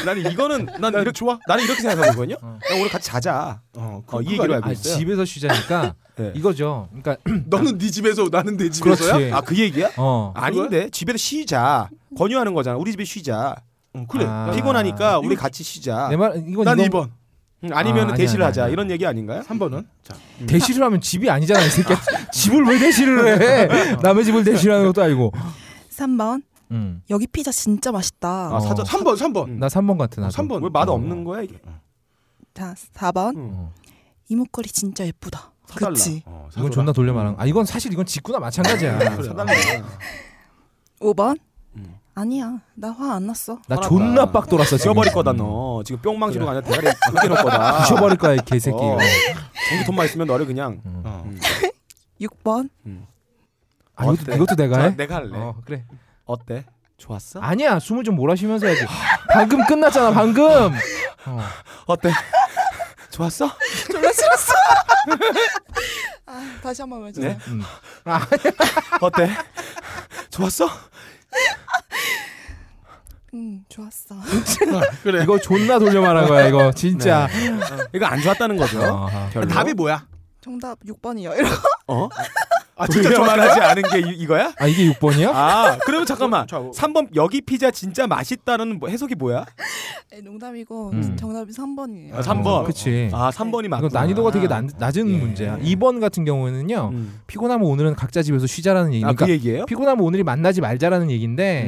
나는 이거는 난 이렇게 좋아. 나는 이렇게 생각하거든요. 어. 야, 오늘 같이 자자. 어, 어, 그, 이 이 얘기로 알고 아, 있어요. 집에서 쉬자니까 [LAUGHS] 네. 이거죠. 그러니까 너는 네 집에서 나는 내 집에서야? 그렇지. 아그 얘기야? 어. 아닌데 집에서 쉬자. 권유하는 거잖아. 우리 집에 쉬자. 어, 그래. 아. 피곤하니까 우리 같이 쉬자. 내말 이건 난 이건 2번. 음, 아니면 아, 아니야, 대시를 아니야, 하자. 아니야. 이런 얘기 아닌가요? 3번은? 자. 대시를 하면 집이 아니잖아 [LAUGHS] 이 새끼. 집을 왜 대시를 해? 남의 집을 대시하는 것도 아니고. 3번 음. 여기 피자 진짜 맛있다. 어. 아 사전 3번, 3번. 음. 나 3번 같은 나도. 3번. 왜 맛 없는 거야 이게? 자, 4번 음. 어. 이목걸이 진짜 예쁘다. 사달라. 그치? 어, 사줘라. 이건 존나 돌려 말한. 아 이건 사실 이건 직구나 마찬가지야. 그래. [LAUGHS] 아, 사달라. 5번 음. 아니야. 나 화 안 났어. 나 화났다. 존나 빡 돌았어 지금. 지워버릴 거다 너. 지금 뿅망치로 가냐 대가리 벗겨놓을 거다. [LAUGHS] 부셔버릴 거야 이 개새끼. 어. 전기 돈만 있으면 너를 그냥. 어. 음. 6번 아, 이것도, 이것도 내가 자, 네, 해? 내가 할래. 어 그래. 어때? 좋았어? 아니야 숨을 좀 몰아쉬면서 해야지. 방금 끝났잖아 방금. 어. 어때? [LAUGHS] 좋았어? 졸라 싫었어. [LAUGHS] 아, 다시 한번 외쳐요. 네? 음. 아, 어때? 좋았어? 음, 좋았어. 그래. 이거 존나 돌려 말한 거야 이거 진짜. 네. 이거 안 좋았다는 거죠. 어. 별로? 아, 답이 뭐야? 정답 6번이요. 이러고 어? 아, 진짜 진짜 좋아. 말하지 않은 게 이, 거야 아 이게 6번이야? 아, [LAUGHS] 그러면 잠깐만. 자, 뭐. 3번 여기 피자 진짜 맛있다는 뭐- 해석이 뭐야? 네, 농담이고 음. 정답이 3번이에요. 아, 3번. 어, 그치. 아, 3번이 맞구나. 이건 난이도가 되게 난, 낮은 예. 문제야. 2번 같은 경우에는요. 음. 피곤하면 오늘은 각자 집에서 쉬자라는 아, 얘기니까 그러니까 네. 그 얘기예요? 피곤하면 오늘이 만나지 말자라는 얘기인데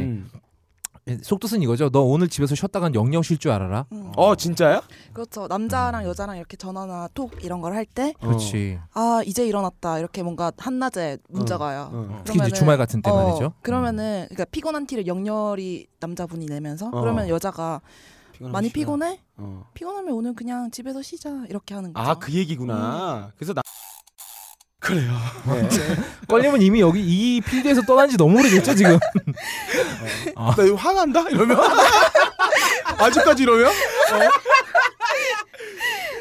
예, 음. 속뜻은 이거죠. 너 오늘 집에서 쉬었다간 영영 쉴 줄 알아라. 음. 어, 진짜요? 그렇죠. 남자랑 여자랑 이렇게 전화나 톡 이런 걸 할 때, 어. 어. 그렇지. 아 이제 일어났다 이렇게 뭔가 한낮에 문자가요. 어. 특히 음, 이제 주말 같은 때 말이죠. 그러면은 그러니까 피곤한 티를 영렬이 남자분이 내면서 어. 그러면 여자가 피곤하면 많이 쉬라. 피곤해? 어. 피곤하면 오늘 그냥 집에서 쉬자 이렇게 하는 거죠. 아, 그 음. 얘기구나. 그래서 나 그래요. 네. 음. 걸리면 이미 여기 이 필드에서 떠난 지 너무 오래됐죠 지금. 나 이거 화난다? [LAUGHS] 이러면? 아직까지 이러면? 어.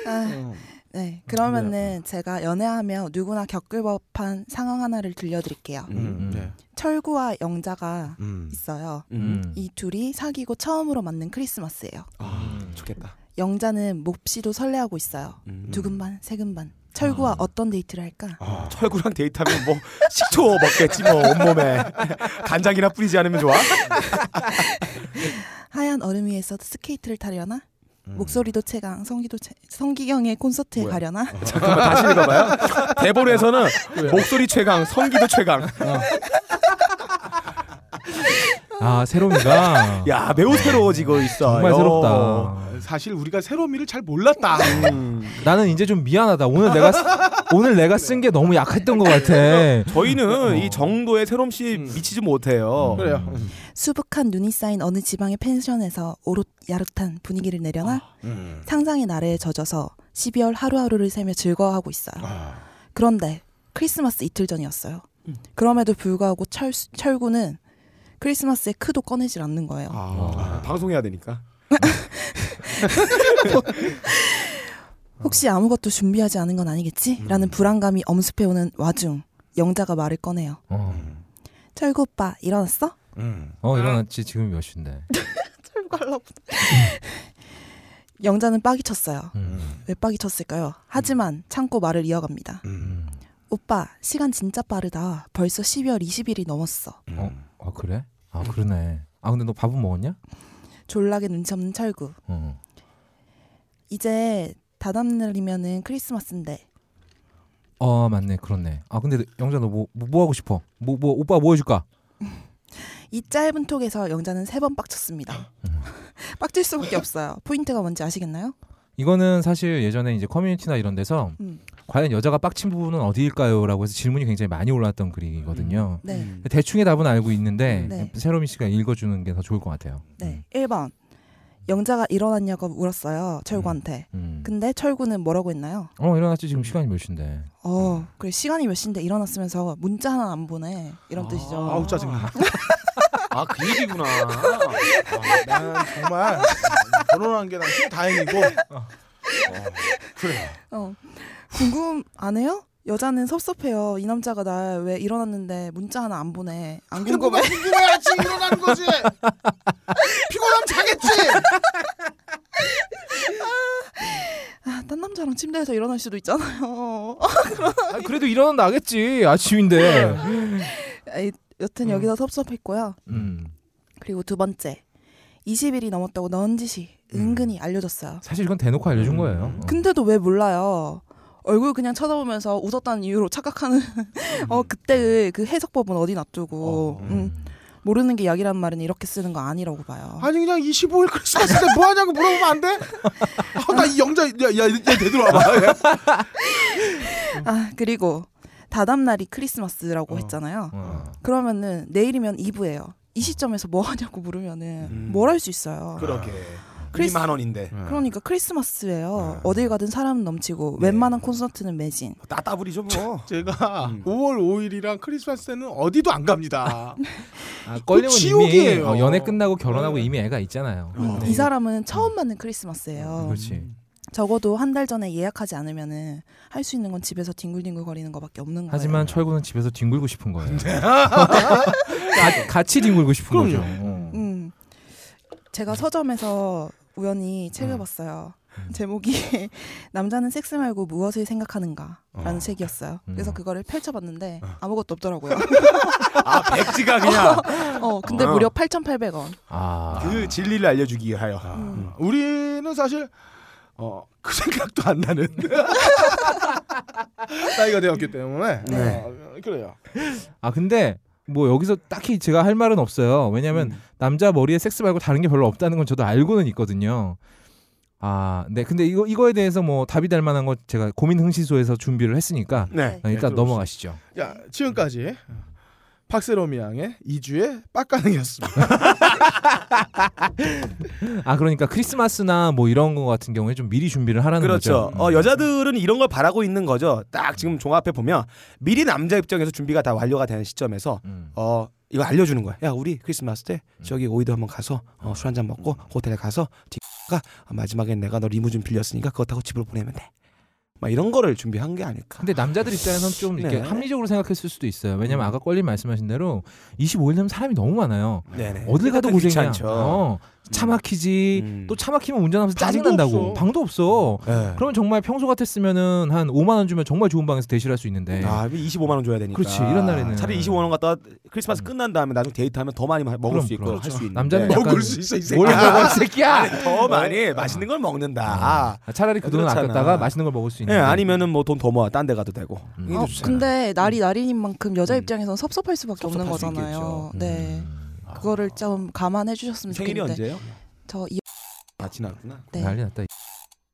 아, 음, 네. 그러면은 제가 연애하면 누구나 겪을 법한 상황 하나를 들려드릴게요. 음. 네. 철구와 영자가 있어요. [LAUGHS] 음. 음. 이 둘이 사귀고 처음으로 맞는 크리스마스예요. 아, 좋겠다. 영자는 몹시도 설레하고 있어요. 음. 아. 두근반 세근반 철구와 어떤 데이트를 할까? 아, 철구랑 데이트하면 뭐 식초 먹겠지 뭐 온몸에 [LAUGHS] 간장이나 뿌리지 않으면 좋아. 하얀 얼음 위에서 스케이트를 타려나? 목소리도 최강 성기도 최, 성기경의 음. 콘서트에 뭐야? 어. 가려나? 잠깐만 다시 읽어봐요. 대본에서는 목소리 최강, 성기도 최강. 아 새로운가. 야 매우 새로워지고 있어. 정말 새롭다. 음. 사실 우리가 새로미를 잘 몰랐다. 나는 이제 좀 미안하다. 오늘 내가 쓰- 오늘 내가 쓴 게 너무 약했던 것 같아. 저희는 어. 이 정도의 새롬 씨 음. 미치지 못해요. [LAUGHS] 그래요. 수북한 눈이 쌓인 어느 지방의 펜션에서 오롯 야릇한 분위기를 내려나? 음. 상상의 나래에 젖어서 12월 하루하루를 세며 즐거워하고 있어요. 아, 음. 그런데 크리스마스 이틀 전이었어요. 그럼에도 불구하고 철, 철구는 크리스마스에 크도 꺼내질 않는 거예요. 아, 방송해야 되니까. 혹시 아무것도 준비하지 않은 건 아니겠지? 음. 라는 불안감이 엄습해오는 와중 영자가 말을 꺼내요. 어, 철구 오빠 일어났어? 음. 어 일어났지 지금 몇 시인데. 끌고 가려고. [LAUGHS] 영자는 빡이 쳤어요. 왜 빡이 쳤을까요? 하지만 참고 말을 이어갑니다. 음. 오빠, 시간 진짜 빠르다. 벌써 12월 20일이 넘었어. 어, 아 그래? 아 그러네. 아 근데 너 밥은 먹었냐? 졸라게 눈치 없는 철구. 어. 이제 다다음 날이면은 크리스마스인데. 어 맞네 그렇네. 아 근데 영자 너 뭐 뭐 하고 싶어? 뭐 뭐 오빠 뭐 해줄까? 이 짧은 톡에서 영자는 세 번 빡쳤습니다. [LAUGHS] 빡칠 수밖에 없어요. 포인트가 뭔지 아시겠나요? 이거는 사실 예전에 이제 커뮤니티나 이런 데서 음. 과연 여자가 빡친 부분은 어디일까요?라고 해서 질문이 굉장히 많이 올라왔던 글이거든요. 네. 음. 음. 대충의 답은 알고 있는데 네. 세로미 씨가 읽어주는 게 더 좋을 것 같아요. 네. 1번. 영자가 일어났냐고 물었어요. 철구한테. 음. 근데 철구는 뭐라고 했나요? 어 일어났지 지금 시간이 몇 시인데. 어, 그래 시간이 몇 시인데 일어났으면서 문자 하나 안 보내. 이런 뜻이죠. 아우 짜증나. 아 그 얘기구나. 아, 난 정말 결혼한 게난 다행이고. 어, 그래. 어. 궁금 안 해요? 여자는 섭섭해요. 이 남자가 나 왜 일어났는데 문자 하나 안 보내. 안뭐 궁금해? 궁금해야지 일어나는 거지. 피곤하면 자겠지. 아, 딴 남자랑 침대에서 일어날 수도 있잖아요. [LAUGHS] 아, 그래도 일어난다 하겠지 아침인데. 에이, 여튼 여기서 섭섭했고요. 음. 그리고 두 번째. 20일이 넘었다고 넣은 짓이 은근히 알려졌어요. 사실 이건 대놓고 알려준 거예요. 어. 근데도 왜 몰라요? 얼굴 그냥 쳐다보면서 웃었다는 이유로 착각하는 [LAUGHS] 어 그때의 그 해석법은 어디 놔두고 음. 모르는 게 약이란 말은 이렇게 쓰는 거 아니라고 어. 봐요. 아니 그냥 25일 크리스마스 때 뭐 하냐고 물어보면 안 돼? 아, 나이 영자 야야 되돌아 봐. 아 그리고 다다음 날이 크리스마스라고 했잖아요. 어. 그러면은 내일이면 이브예요. 이 시점에서 뭐 하냐고 물으면은 뭘 할 수 있어요. [LAUGHS] 그러게. 크리스- 2만 원인데 네. 음. 그러니까 크리스마스예요. 어딜 가든 사람은 넘치고 네. 웬만한 콘서트는 매진. 따따블이죠 뭐. 제가 5월 5일이랑 크리스마스 때는 어디도 안 갑니다. 아, 걸리면 이미 지옥이에요. 어, 연애 끝나고 결혼하고 이미 애가 있잖아요. 음. 네. 이 사람은 처음 맞는 크리스마스예요. 아, 그렇지. 적어도 한 달 전에 예약하지 않으면은 할 수 있는 건 집에서 뒹굴뒹굴 거리는 것밖에 없는 거예요. 하지만 철구는 집에서 뒹굴고 싶은 거예요. 가- 같이 뒹굴고 싶은 거죠. 어. 음. 제가 서점에서 우연히 네. 책을 봤어요. 제목이 [LAUGHS] 남자는 섹스 말고 무엇을 생각하는가라는 책이었어요. 그래서 음. 그거를 펼쳐봤는데 어. [LAUGHS] 아무것도 없더라고요. 아 백지가 [LAUGHS] 그냥 어, 근데 어. 무려 8,800원. 아, 그 진리를 알려주기 위하여. 아. [LAUGHS] 음. 우리는 사실 어, 그 생각도 안 나는 나이가 되었기 때문에 네. 어, 그래요. 아 근데 뭐 여기서 딱히 제가 할 말은 없어요. 왜냐하면 남자 머리에 섹스 말고 다른 게 별로 없다는 건 저도 알고는 있거든요. 아, 네. 근데 이거 이거에 대해서 뭐 답이 될 만한 거 제가 고민 흥시소에서 준비를 했으니까 [LAUGHS] 네. 아, 일단 네, 넘어가시죠. 야 지금까지 박세롬이 양의 2주의 빡가능이었습니다. 아, 그러니까 크리스마스나 뭐 이런 거 같은 경우에 좀 미리 준비를 네. 하라는 그렇죠. 거죠. 음. 어, 여자들은 이런 걸 바라고 있는 거죠. 딱 지금 종합해 보면 미리 남자 입장에서 준비가 다 완료가 되는 시점에서 음. 어 이거 알려주는 거야. 야 우리 크리스마스 때 저기 오이도 한번 가서 어, 술 한잔 먹고 호텔에 가서 가 아, 마지막엔 내가 너 리무진 빌렸으니까 그거 타고 집으로 보내면 돼. 막 이런 거를 준비한 게 아닐까. 근데 남자들 입장에서는 좀 이렇게 네. 합리적으로 생각했을 수도 있어요. 왜냐면 아까 껄림 말씀하신 대로 25일 되면 사람이 너무 많아요. 네네. 어딜 가도 그렇게 고생이야. 귀찮죠. 어, 차 막히지. 음. 또 차 막히면 운전하면서 방도 짜증 난다고. 없어. 방도 없어. 네. 그러면 정말 평소 같았으면은 한 5만 원 주면 정말 좋은 방에서 대실할 수 있는데. 아, 25만 원 줘야 되니까. 그렇지, 이런 날에는. 차라리 25만 원 갖다 크리스마스 끝난 다음에 나중에 데이트하면 더 많이 마- 먹을 그럼, 수 있고 그럼. 할 수 있는. 남자는 아, 네. 약간 먹을 수 있어 이 새끼. 뭘 먹어 이 새끼야. 더 많이 맛있는 걸 먹는다. 아, 차라리 그 돈을 그렇잖아. 아꼈다가 맛있는 걸 먹을 수 예, 있는. 아니면은 뭐 돈 더 모아 딴 데 가도 되고. 음. 이게 어, 좋잖아. 근데 날이 날인 만큼 여자 입장에선 섭섭할 수밖에 없는 섭섭할 수 거잖아요. 음. 네. 그거를 좀 감안해 주셨으면 생일이 좋겠는데. 언제예요? 저 이... 아 지났구나. 네. 난리 났다.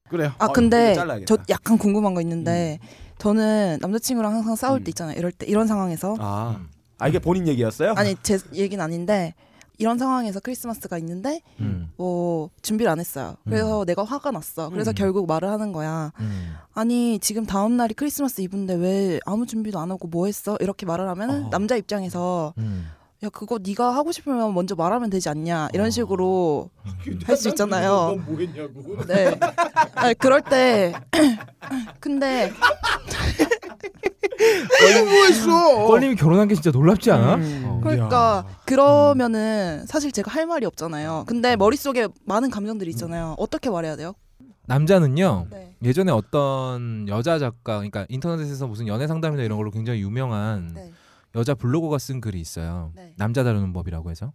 그래요. 아 어, 근데 이거 잘라야겠다. 저 약간 궁금한 거 있는데 저는 남자친구랑 항상 싸울 음. 때 있잖아요. 이럴 때 이런 상황에서 아, 음. 아 이게 본인 얘기였어요? 아니 제 얘기는 아닌데 이런 상황에서 크리스마스가 있는데 음. 뭐 준비를 안 했어요. 그래서 내가 화가 났어. 그래서 음. 결국 말을 하는 거야. 음. 아니 지금 다음 날이 크리스마스 이브인데 왜 아무 준비도 안 하고 뭐 했어? 이렇게 말을 하면 어. 남자 입장에서 음. 야 그거 네가 하고 싶으면 먼저 말하면 되지 않냐 어. 이런 식으로 할 수 있잖아요. [LAUGHS] 아, 뭐했냐고. [CLEARS THROAT] 네. 아니, 그럴 때 근데 뭐 있어? 껄님이 결혼한 게 진짜 놀랍지 않아? 어. 그러니까 그러면은 사실 제가 할 말이 없잖아요. 근데 머릿속에 많은 감정들이 음. 있잖아요. 어떻게 말해야 돼요? 남자는요 네. 예전에 어떤 여자 작가 그러니까 인터넷에서 무슨 연애 상담이나 이런 걸로 굉장히 유명한 네. 여자 블로거가 쓴 글이 있어요. 네. 남자 다루는 법이라고 해서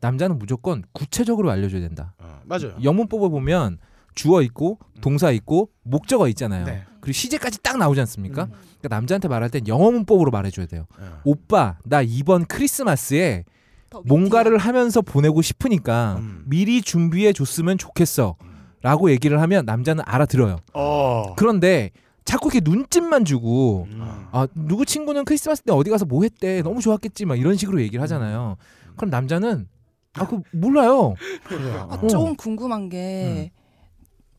남자는 무조건 구체적으로 알려줘야 된다. 어, 맞아요. 영문법을 보면 주어 있고 동사 있고 목적어 있잖아요. 네. 그리고 시제까지 딱 나오지 음. 않습니까? 그러니까 남자한테 말할 땐 영어 문법으로 말해줘야 돼요. 어. 오빠 나 이번 크리스마스에 더 밑이요? 뭔가를 하면서 보내고 싶으니까 음. 미리 준비해 줬으면 좋겠어. 라고 얘기를 하면 남자는 알아들어요. 어. 그런데 자꾸 이렇게 눈짓만 주고 음. 아 누구 친구는 크리스마스 때 어디 가서 뭐 음. 했대 너무 좋았겠지 막 이런 식으로 얘기를 하잖아요 그럼 남자는 아 그 몰라요 그래요. 아, 어. 음. 좀 궁금한 게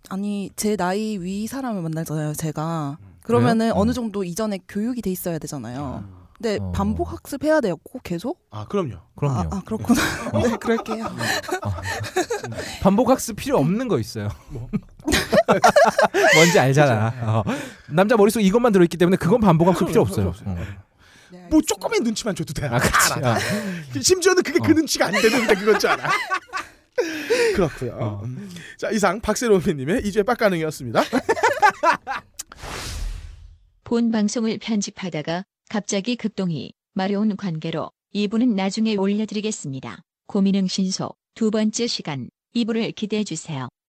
아니 제 나이 위 사람을 만나잖아요. 제가 그러면은 그래요? 어느 음. 정도 이전에 교육이 돼 있어야 되잖아요. 근데 어. 반복 학습해야 돼요. 꼭 계속? 아 그럼요. 그럼요 어. 아, 아 그렇구나. [LAUGHS] 네, 그럴게요. 반복 학습 필요 없는 거 [LAUGHS] 있어요 뭐. 뭔지 알잖아 어. 남자 머릿속에 이것만 들어있기 때문에 그건 반복 학습 필요 없어요 어. 네, 뭐 알겠습니다. 조금의 눈치만 줘도 돼. 아 그치 아, 심지어는 그게 그 어. 눈치가 안 되는데 그건 줄 [LAUGHS] 알아. 그렇고요. 어. 음. 자 이상 박세롬님의 이주의 빡가능이었습니다. 본 방송을 편집하다가 갑자기 급동이 마려운 관계로 2부는 나중에 올려드리겠습니다. 고민응 신소 두 번째 시간 2부를 기대해 주세요.